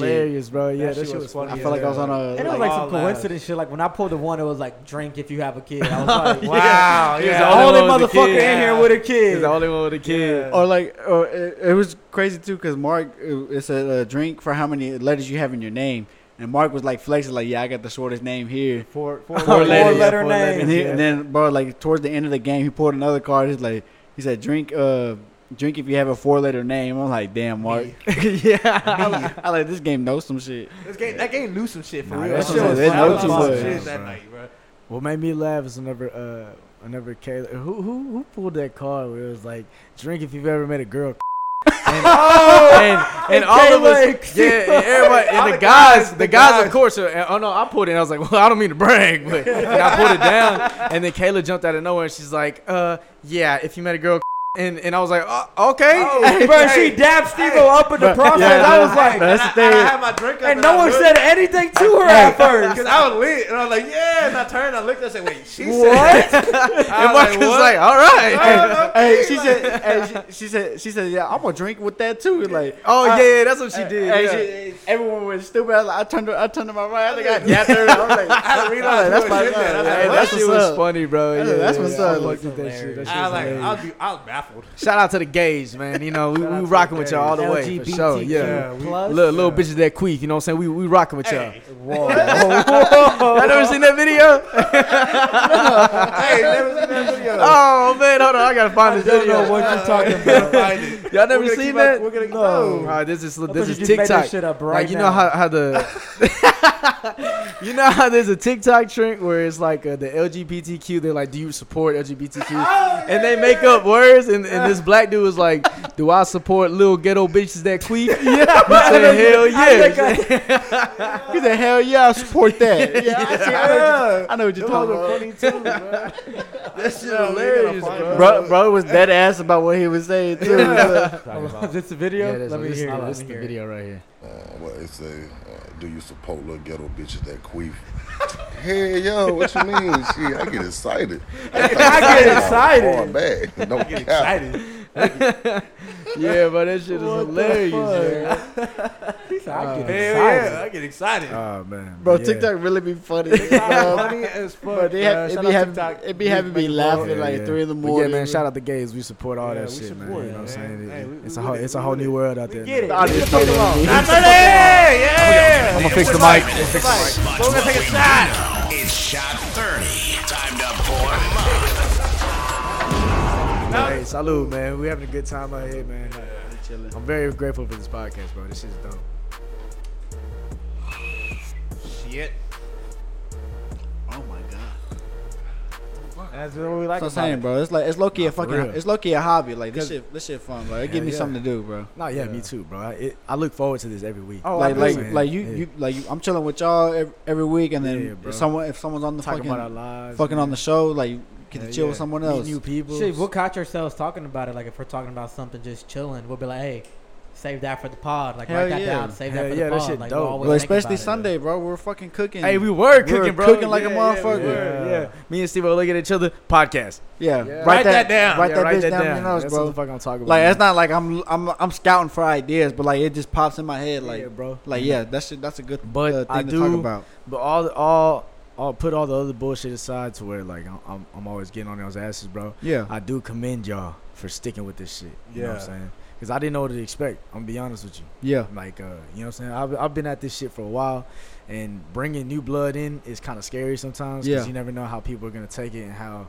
F: hilarious,
D: hilarious.
F: bro. Yeah, that
D: That shit
F: shit
D: was
F: was
D: funny
F: funny.
B: I
D: as
B: felt like I was on a.
C: And it
B: like-
C: was like
D: all
C: some
D: laughs.
C: coincidence shit. Like when I pulled the one, it was like drink if you have a kid. I was
F: *laughs*
C: like, wow,
D: Wow,
F: *laughs* He was
D: yeah.
F: the
C: the
F: only
C: only
F: one with a
C: motherfucker
F: kid.
C: in here with a kid.
F: He's the only one with a kid.
D: Yeah.
B: Or like, or it, it was crazy too, cause Mark, it, it said a drink for how many letters you have in your name, and Mark was like flexing, like, yeah, I got the shortest name here.
D: Four, four,
F: letter,
C: Four
D: letters.
F: yeah,
C: letter
F: four
C: name.
F: *laughs*
B: And, he,
D: Yeah.
B: and then, bro, like towards the end of the game, he pulled another card. He's like, he said, drink, uh, drink if you have a four-letter name. I'm like, damn, Mark.
F: *laughs*
B: yeah, *laughs* I like, I like this game knows some shit.
D: This game, that game knew some shit for
F: Nah,
D: real.
F: that
D: That
F: shit
D: shit
F: was-
D: was
F: they
D: funny. I
F: know
D: was
F: too
D: on
F: much.
D: shit that
F: Bro.
D: night, bro.
F: What made me laugh is another uh another Kayla who who who pulled that card where it was like drink if you've ever met a girl. *laughs* and, and, and, all of us, yeah, and everybody, *laughs* and the guys, the guys, of course. uh, oh no, I pulled it. And I was like, well, I don't mean to brag, but and I pulled it down. And then Kayla jumped out of nowhere and she's like, uh, yeah, if you met a girl, and and I was like, oh, okay, *laughs*
C: Bro, she dapped Steve up in
B: *laughs*
C: the process. I was like,
B: that's the
D: I
B: thing.
D: had my drink up
C: and no one said anything to her at first.
D: because I was lit, and I was like, yeah. And I turned, I looked, I said, wait, she said.
C: What?
F: and Mark was like, all right.
B: *laughs* Hey, she said, hey, she, she said, she said, yeah, I'm gonna drink with that too. Like,
F: Oh
B: I-
F: yeah, that's what she
B: Hey,
F: did.
B: hey,
F: yeah.
B: she- hey, everyone was stupid. I, was like- I turned, to, I turned to my right. I think I yapped her. I was
D: *laughs*
B: like, I didn't realize that's my.
F: Hey,
B: Hey,
F: that
B: that's
F: shit
B: what's
F: was
B: up.
F: funny, bro.
B: That's-
F: Yeah,
B: that's what's
F: yeah, I
B: up.
F: fucked with that shit. That shit
D: I
F: was
D: was like,
F: hilarious.
D: I was, be, I was baffled.
F: Shout out to the gays, man. You know, we,
D: out
F: we
D: to
F: rocking
D: the
F: with y'all all the way for
C: LGBTQ
F: sure. Yeah,
D: we-
C: plus.
F: little little bitches that queef. You know what I'm saying? We we rocking with
D: Hey,
C: *laughs* Whoa.
F: y'all. I never seen that video.
D: *laughs* hey, never seen that video.
F: Oh man, hold on, I gotta find this
C: don't know
F: video.
C: what you're talking *laughs* about.
D: about?
F: Y'all never seen that?
D: We're gonna
F: All
D: go.
F: right, this is
C: I
F: this
C: thought
F: is
C: you just made that
F: TikTok.
C: shit up right
F: Like you know
C: now.
F: how how the *laughs* you know how there's a TikTok trend where it's like uh, the LGBTQ. They're like, do you support LGBTQ?
C: *laughs* Oh,
F: and they make up words, and, and this black dude was like, do I support little ghetto bitches that
C: *laughs*
F: queef? *laughs* Yeah, he said, hell yeah.
B: He said, hell yeah, I support that. *laughs* yeah, I, see, I, know, what you- I know what you're talking about.
D: funny too, bro. That's hilarious, bro.
B: Bro, bro was dead ass about what he was saying too.
C: Is this a video? Let me hear it. Let
F: This is
C: me
F: the
C: hear it.
F: video right here.
G: Uh, what they say? Uh, do you support little ghetto bitches that *laughs* queef? hey yo, what you mean? Shit, I get excited. I
C: get excited.
G: Hard bad. Don't *laughs* get
D: Excited.
F: Yeah, but that shit is hilarious. man.
C: He said, I get
D: Hell
C: excited.
D: yeah, I get excited.
B: Ah,
F: Oh man,
B: Bro,
F: yeah.
B: TikTok really be funny. bro,
D: funny as fuck.
B: Bro, they have, it
D: Shout
B: be
D: out
B: having,
D: TikTok.
B: it be having me laughing
F: Yeah,
B: like
F: yeah.
B: three in the
F: But
B: morning.
F: yeah, man. Shout out the gays. We support all
D: Yeah,
F: that
D: we
F: shit, man.
D: support
F: you
D: it,
F: know what I'm
D: man.
F: saying?
D: Hey,
F: It-
D: we-
F: it's a
D: we
F: whole,
D: with it,
F: it's a
D: we
F: whole
D: with
F: new
D: it.
F: world out there.
C: Get it.
F: man.
B: I just fucking
D: yeah.
F: I'm gonna fix the
E: Wait a
F: mic.
E: minute.
D: We're
E: Watch
D: gonna
E: what
D: take a
E: we do
D: shot.
E: now. It's shot 30. Time to pour 'em up.
F: Hey, salute, man. We having a good time out here, man. I'm very grateful for this podcast, bro. This shit's dope.
D: Shit.
B: Oh my god.
D: That's what we like
B: That's what I'm
D: about
B: saying,
D: it.
B: bro. It's like it's low key a fucking
F: real.
B: it's low key a hobby. Like this shit this shit fun, bro. It give me
F: yeah.
B: something to do, bro.
F: No, yeah, me too, bro. I, it, I look forward to this every week.
D: Oh,
B: like
D: I
B: like
D: feel you.
B: like you
F: Yeah.
B: you like you, I'm chilling with y'all every, every week, and
F: Yeah,
B: then
F: bro.
B: if someone if someone's on the
F: talking
B: fucking
F: about our lives,
B: fucking on the show, like you get to chill with someone else.
F: new people.
C: Shit, we'll catch ourselves talking about it. Like if we're talking about something just chilling, we'll be like, "Hey, save that for the pod. Like
B: Hell
C: write that
B: yeah.
C: down. Save
F: Hell
C: that for
F: yeah,
C: the
F: that
C: pod."
F: shit
C: like
F: dope.
C: we'll always
B: Well,
C: think about
B: especially
C: it.
B: Sunday, bro. We're fucking cooking.
F: hey, we were
B: We were
F: cooking, bro.
B: cooking like a
F: Yeah, yeah, we
B: motherfucker.
F: were, Yeah, Me and Steve look at each other. Podcast.
B: yeah,
F: Write
D: that down.
B: Write
F: Yeah,
B: that bitch down, in your nose,
F: That's
B: bro.
F: what the fuck I'm talking about.
B: Like
F: man.
B: that's not like I'm I'm I'm scouting for ideas, but like it just pops in my head, like
F: Yeah, bro.
B: Like yeah, that's that's a good
F: But
B: uh, thing
F: I
B: to
F: do-
B: talk about.
F: But all, all, all, put all the other bullshit aside to where like I'm- I'm, I'm always getting on y'all's asses, bro.
B: Yeah,
F: I do commend y'all for sticking with this shit. You know what
D: Yeah.
F: I'm saying? Because I didn't know what to expect. I'm gonna be honest with you.
B: yeah,
F: Like, uh, you know what I'm saying? I've, I've been at this shit for a while, and bringing new blood in is kind of scary sometimes because
B: Yeah.
F: you never know how people are gonna take it and how,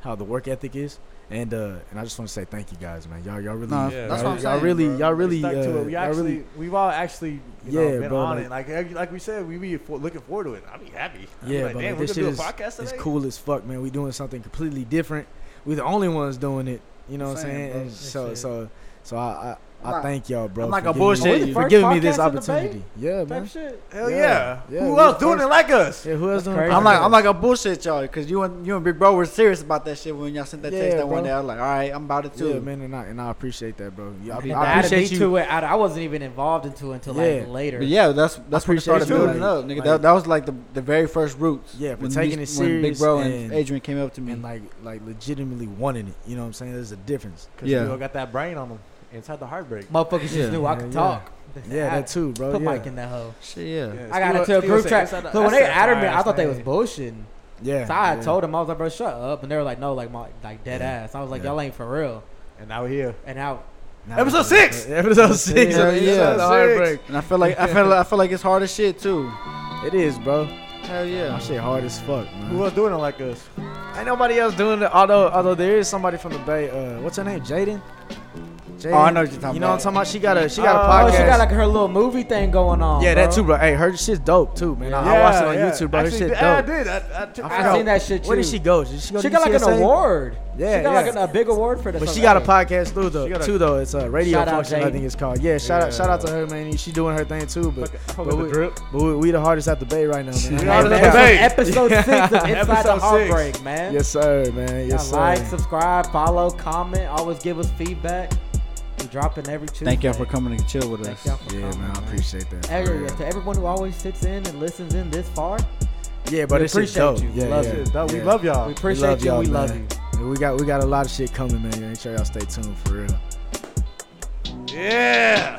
F: how the work ethic is. And uh, and I just want to say thank you guys, man. Y'all, y'all really,
B: Nah,
D: Yeah,
B: that's
F: y'all,
B: what I'm
F: y'all
B: saying.
F: really,
B: bro.
F: y'all
D: We
F: really,
D: stuck
F: uh,
D: to it. We
F: y'all
D: actually,
F: really,
D: we've all actually, you
F: Yeah,
D: know, been
F: bro,
D: on
F: like-
D: it. Like, every- like we said, we be for, looking forward to it. I'd be happy. I'd be
F: yeah,
D: like,
F: but
D: damn,
F: like,
D: we're
F: this
D: gonna
F: shit
D: do a
F: is
D: podcast
F: it's
D: today.
F: cool as fuck, man. We doing something completely different. We the only ones doing it. You know what I'm
B: Same,
F: saying?
B: bro.
F: And so
C: That's it.
F: so so I, I I
B: not-
F: thank y'all, bro.
B: I'm not
F: for
B: gonna
F: giving
B: bullshit
F: me-
B: you. We the
F: For
C: first
F: giving me this
C: podcast in the Bay?
F: opportunity. Yeah,
D: Type
F: man.
D: shit. Hell yeah.
F: Yeah. Yeah,
D: Who
F: we
D: else
F: the
D: doing it
F: first-
D: like us?
F: Yeah, who else doing
C: crazy.
F: it?
B: I'm like, I'm like a bullshit y'all, cause you and you and Big Bro were serious about that shit when y'all sent that text
F: Yeah,
B: that one
F: bro.
B: day. I was like, all right, I'm about it too.
F: Yeah, man, and I, and I appreciate that, bro. Yeah, I,
C: And
F: I
C: added
F: appreciate
C: me
F: you.
C: to it. I, I wasn't even involved into it until
F: Yeah.
C: like later.
B: But yeah, that's that's when it
F: appreciate
B: started
D: you,
B: building
F: like-
B: up, nigga.
F: like-
B: that, that was like the, the very first roots.
F: Yeah, for
B: when
F: taking
B: these-
F: it
B: when Big
F: serious
B: Bro
F: and-
B: and Adrian came up to me.
F: And like, like legitimately wanting it. You know what I'm saying? There's a difference.
D: Cause
B: Yeah.
D: we all got that brain on them. Inside the heartbreak.
C: Motherfuckers just
B: Yeah,
C: knew I
F: yeah,
C: could
F: yeah.
C: talk.
F: Yeah, that too, bro.
C: Put
F: yeah.
C: Mike in that hoe.
B: shit, yeah.
F: *laughs*
C: I got into a group chat. So when they added me, I thought they was bullshitting.
F: Yeah.
C: So I
F: yeah.
C: told them I was like, bro, shut up. And they were like, no, like my like dead ass. I was like,
F: Yeah.
C: y'all ain't for real.
D: And now we're here.
C: And now
F: Nah,
D: Episode
F: bro.
D: six.
F: Episode six.
B: Yeah,
F: of
B: yeah.
F: Inside the Heartbreak.
B: And I feel like I feel I feel like it's hard as shit too.
F: It is, bro.
B: Hell
F: *laughs*
B: yeah.
F: That shit hard as fuck, man.
D: Who else doing it like us?
F: Ain't nobody else doing it. Although, although there is somebody from the Bay. Uh, what's her name? Jaden. Jaden.
B: Oh, I know what you're talking
F: You know what I'm
B: about.
F: talking about? She got a she got
D: Oh,
F: a
C: oh,
F: podcast.
C: she got like her little movie thing going on.
F: yeah,
C: bro.
F: that too, bro. Hey, her shit's dope too, man. I, I watched it on
D: yeah.
F: YouTube, bro. Her
D: Actually,
F: shit dope.
D: yeah, I did. I, I took
F: I
D: I
C: I
F: forgot.
C: seen that shit too.
F: Where did she go? Did she go?
C: She
F: to
C: got like an
F: UCSA?
C: award.
F: Yeah,
C: she got like
F: yeah.
C: an, a big award for this.
F: But she got a podcast too,
D: She got
F: though.
D: a-
F: Too though, it's a radio
C: Shout out,
F: function. I
C: Jaden.
F: think it's called. Yeah, shout out,
D: Yeah.
F: shout out to her, man. She doing her thing too, but
D: Fuck with the
F: we-
D: drip.
F: but we, we the hardest at the bay right
C: *laughs*
F: now, man.
D: Yeah.
F: Hey, man.
D: Hey, man.
C: episode six of Inside
D: Episode
C: the
D: six.
C: Heartbreak, man.
F: Yes sir, man. Yes
C: Y'all
F: sir.
C: like, subscribe, follow, comment. Always give us feedback. We dropping every Tuesday.
B: Thank y'all for coming and chill with
C: Thank
B: us.
C: y'all for
F: Yeah,
C: coming,
F: man. I appreciate that. for
C: Every,
F: real.
C: to everyone who always sits in and listens in this
F: Uh,
C: far,
F: Yeah, but
C: We
F: it's shit's
C: appreciate
F: dope.
C: you.
F: Yeah,
C: Love
F: yeah,
C: you.
D: That- We
F: yeah.
D: love y'all.
C: we appreciate you.
F: y'all,
C: we love you.
F: man. And We got we got a lot of shit coming, man. Make sure y'all stay tuned for real.
D: Yeah.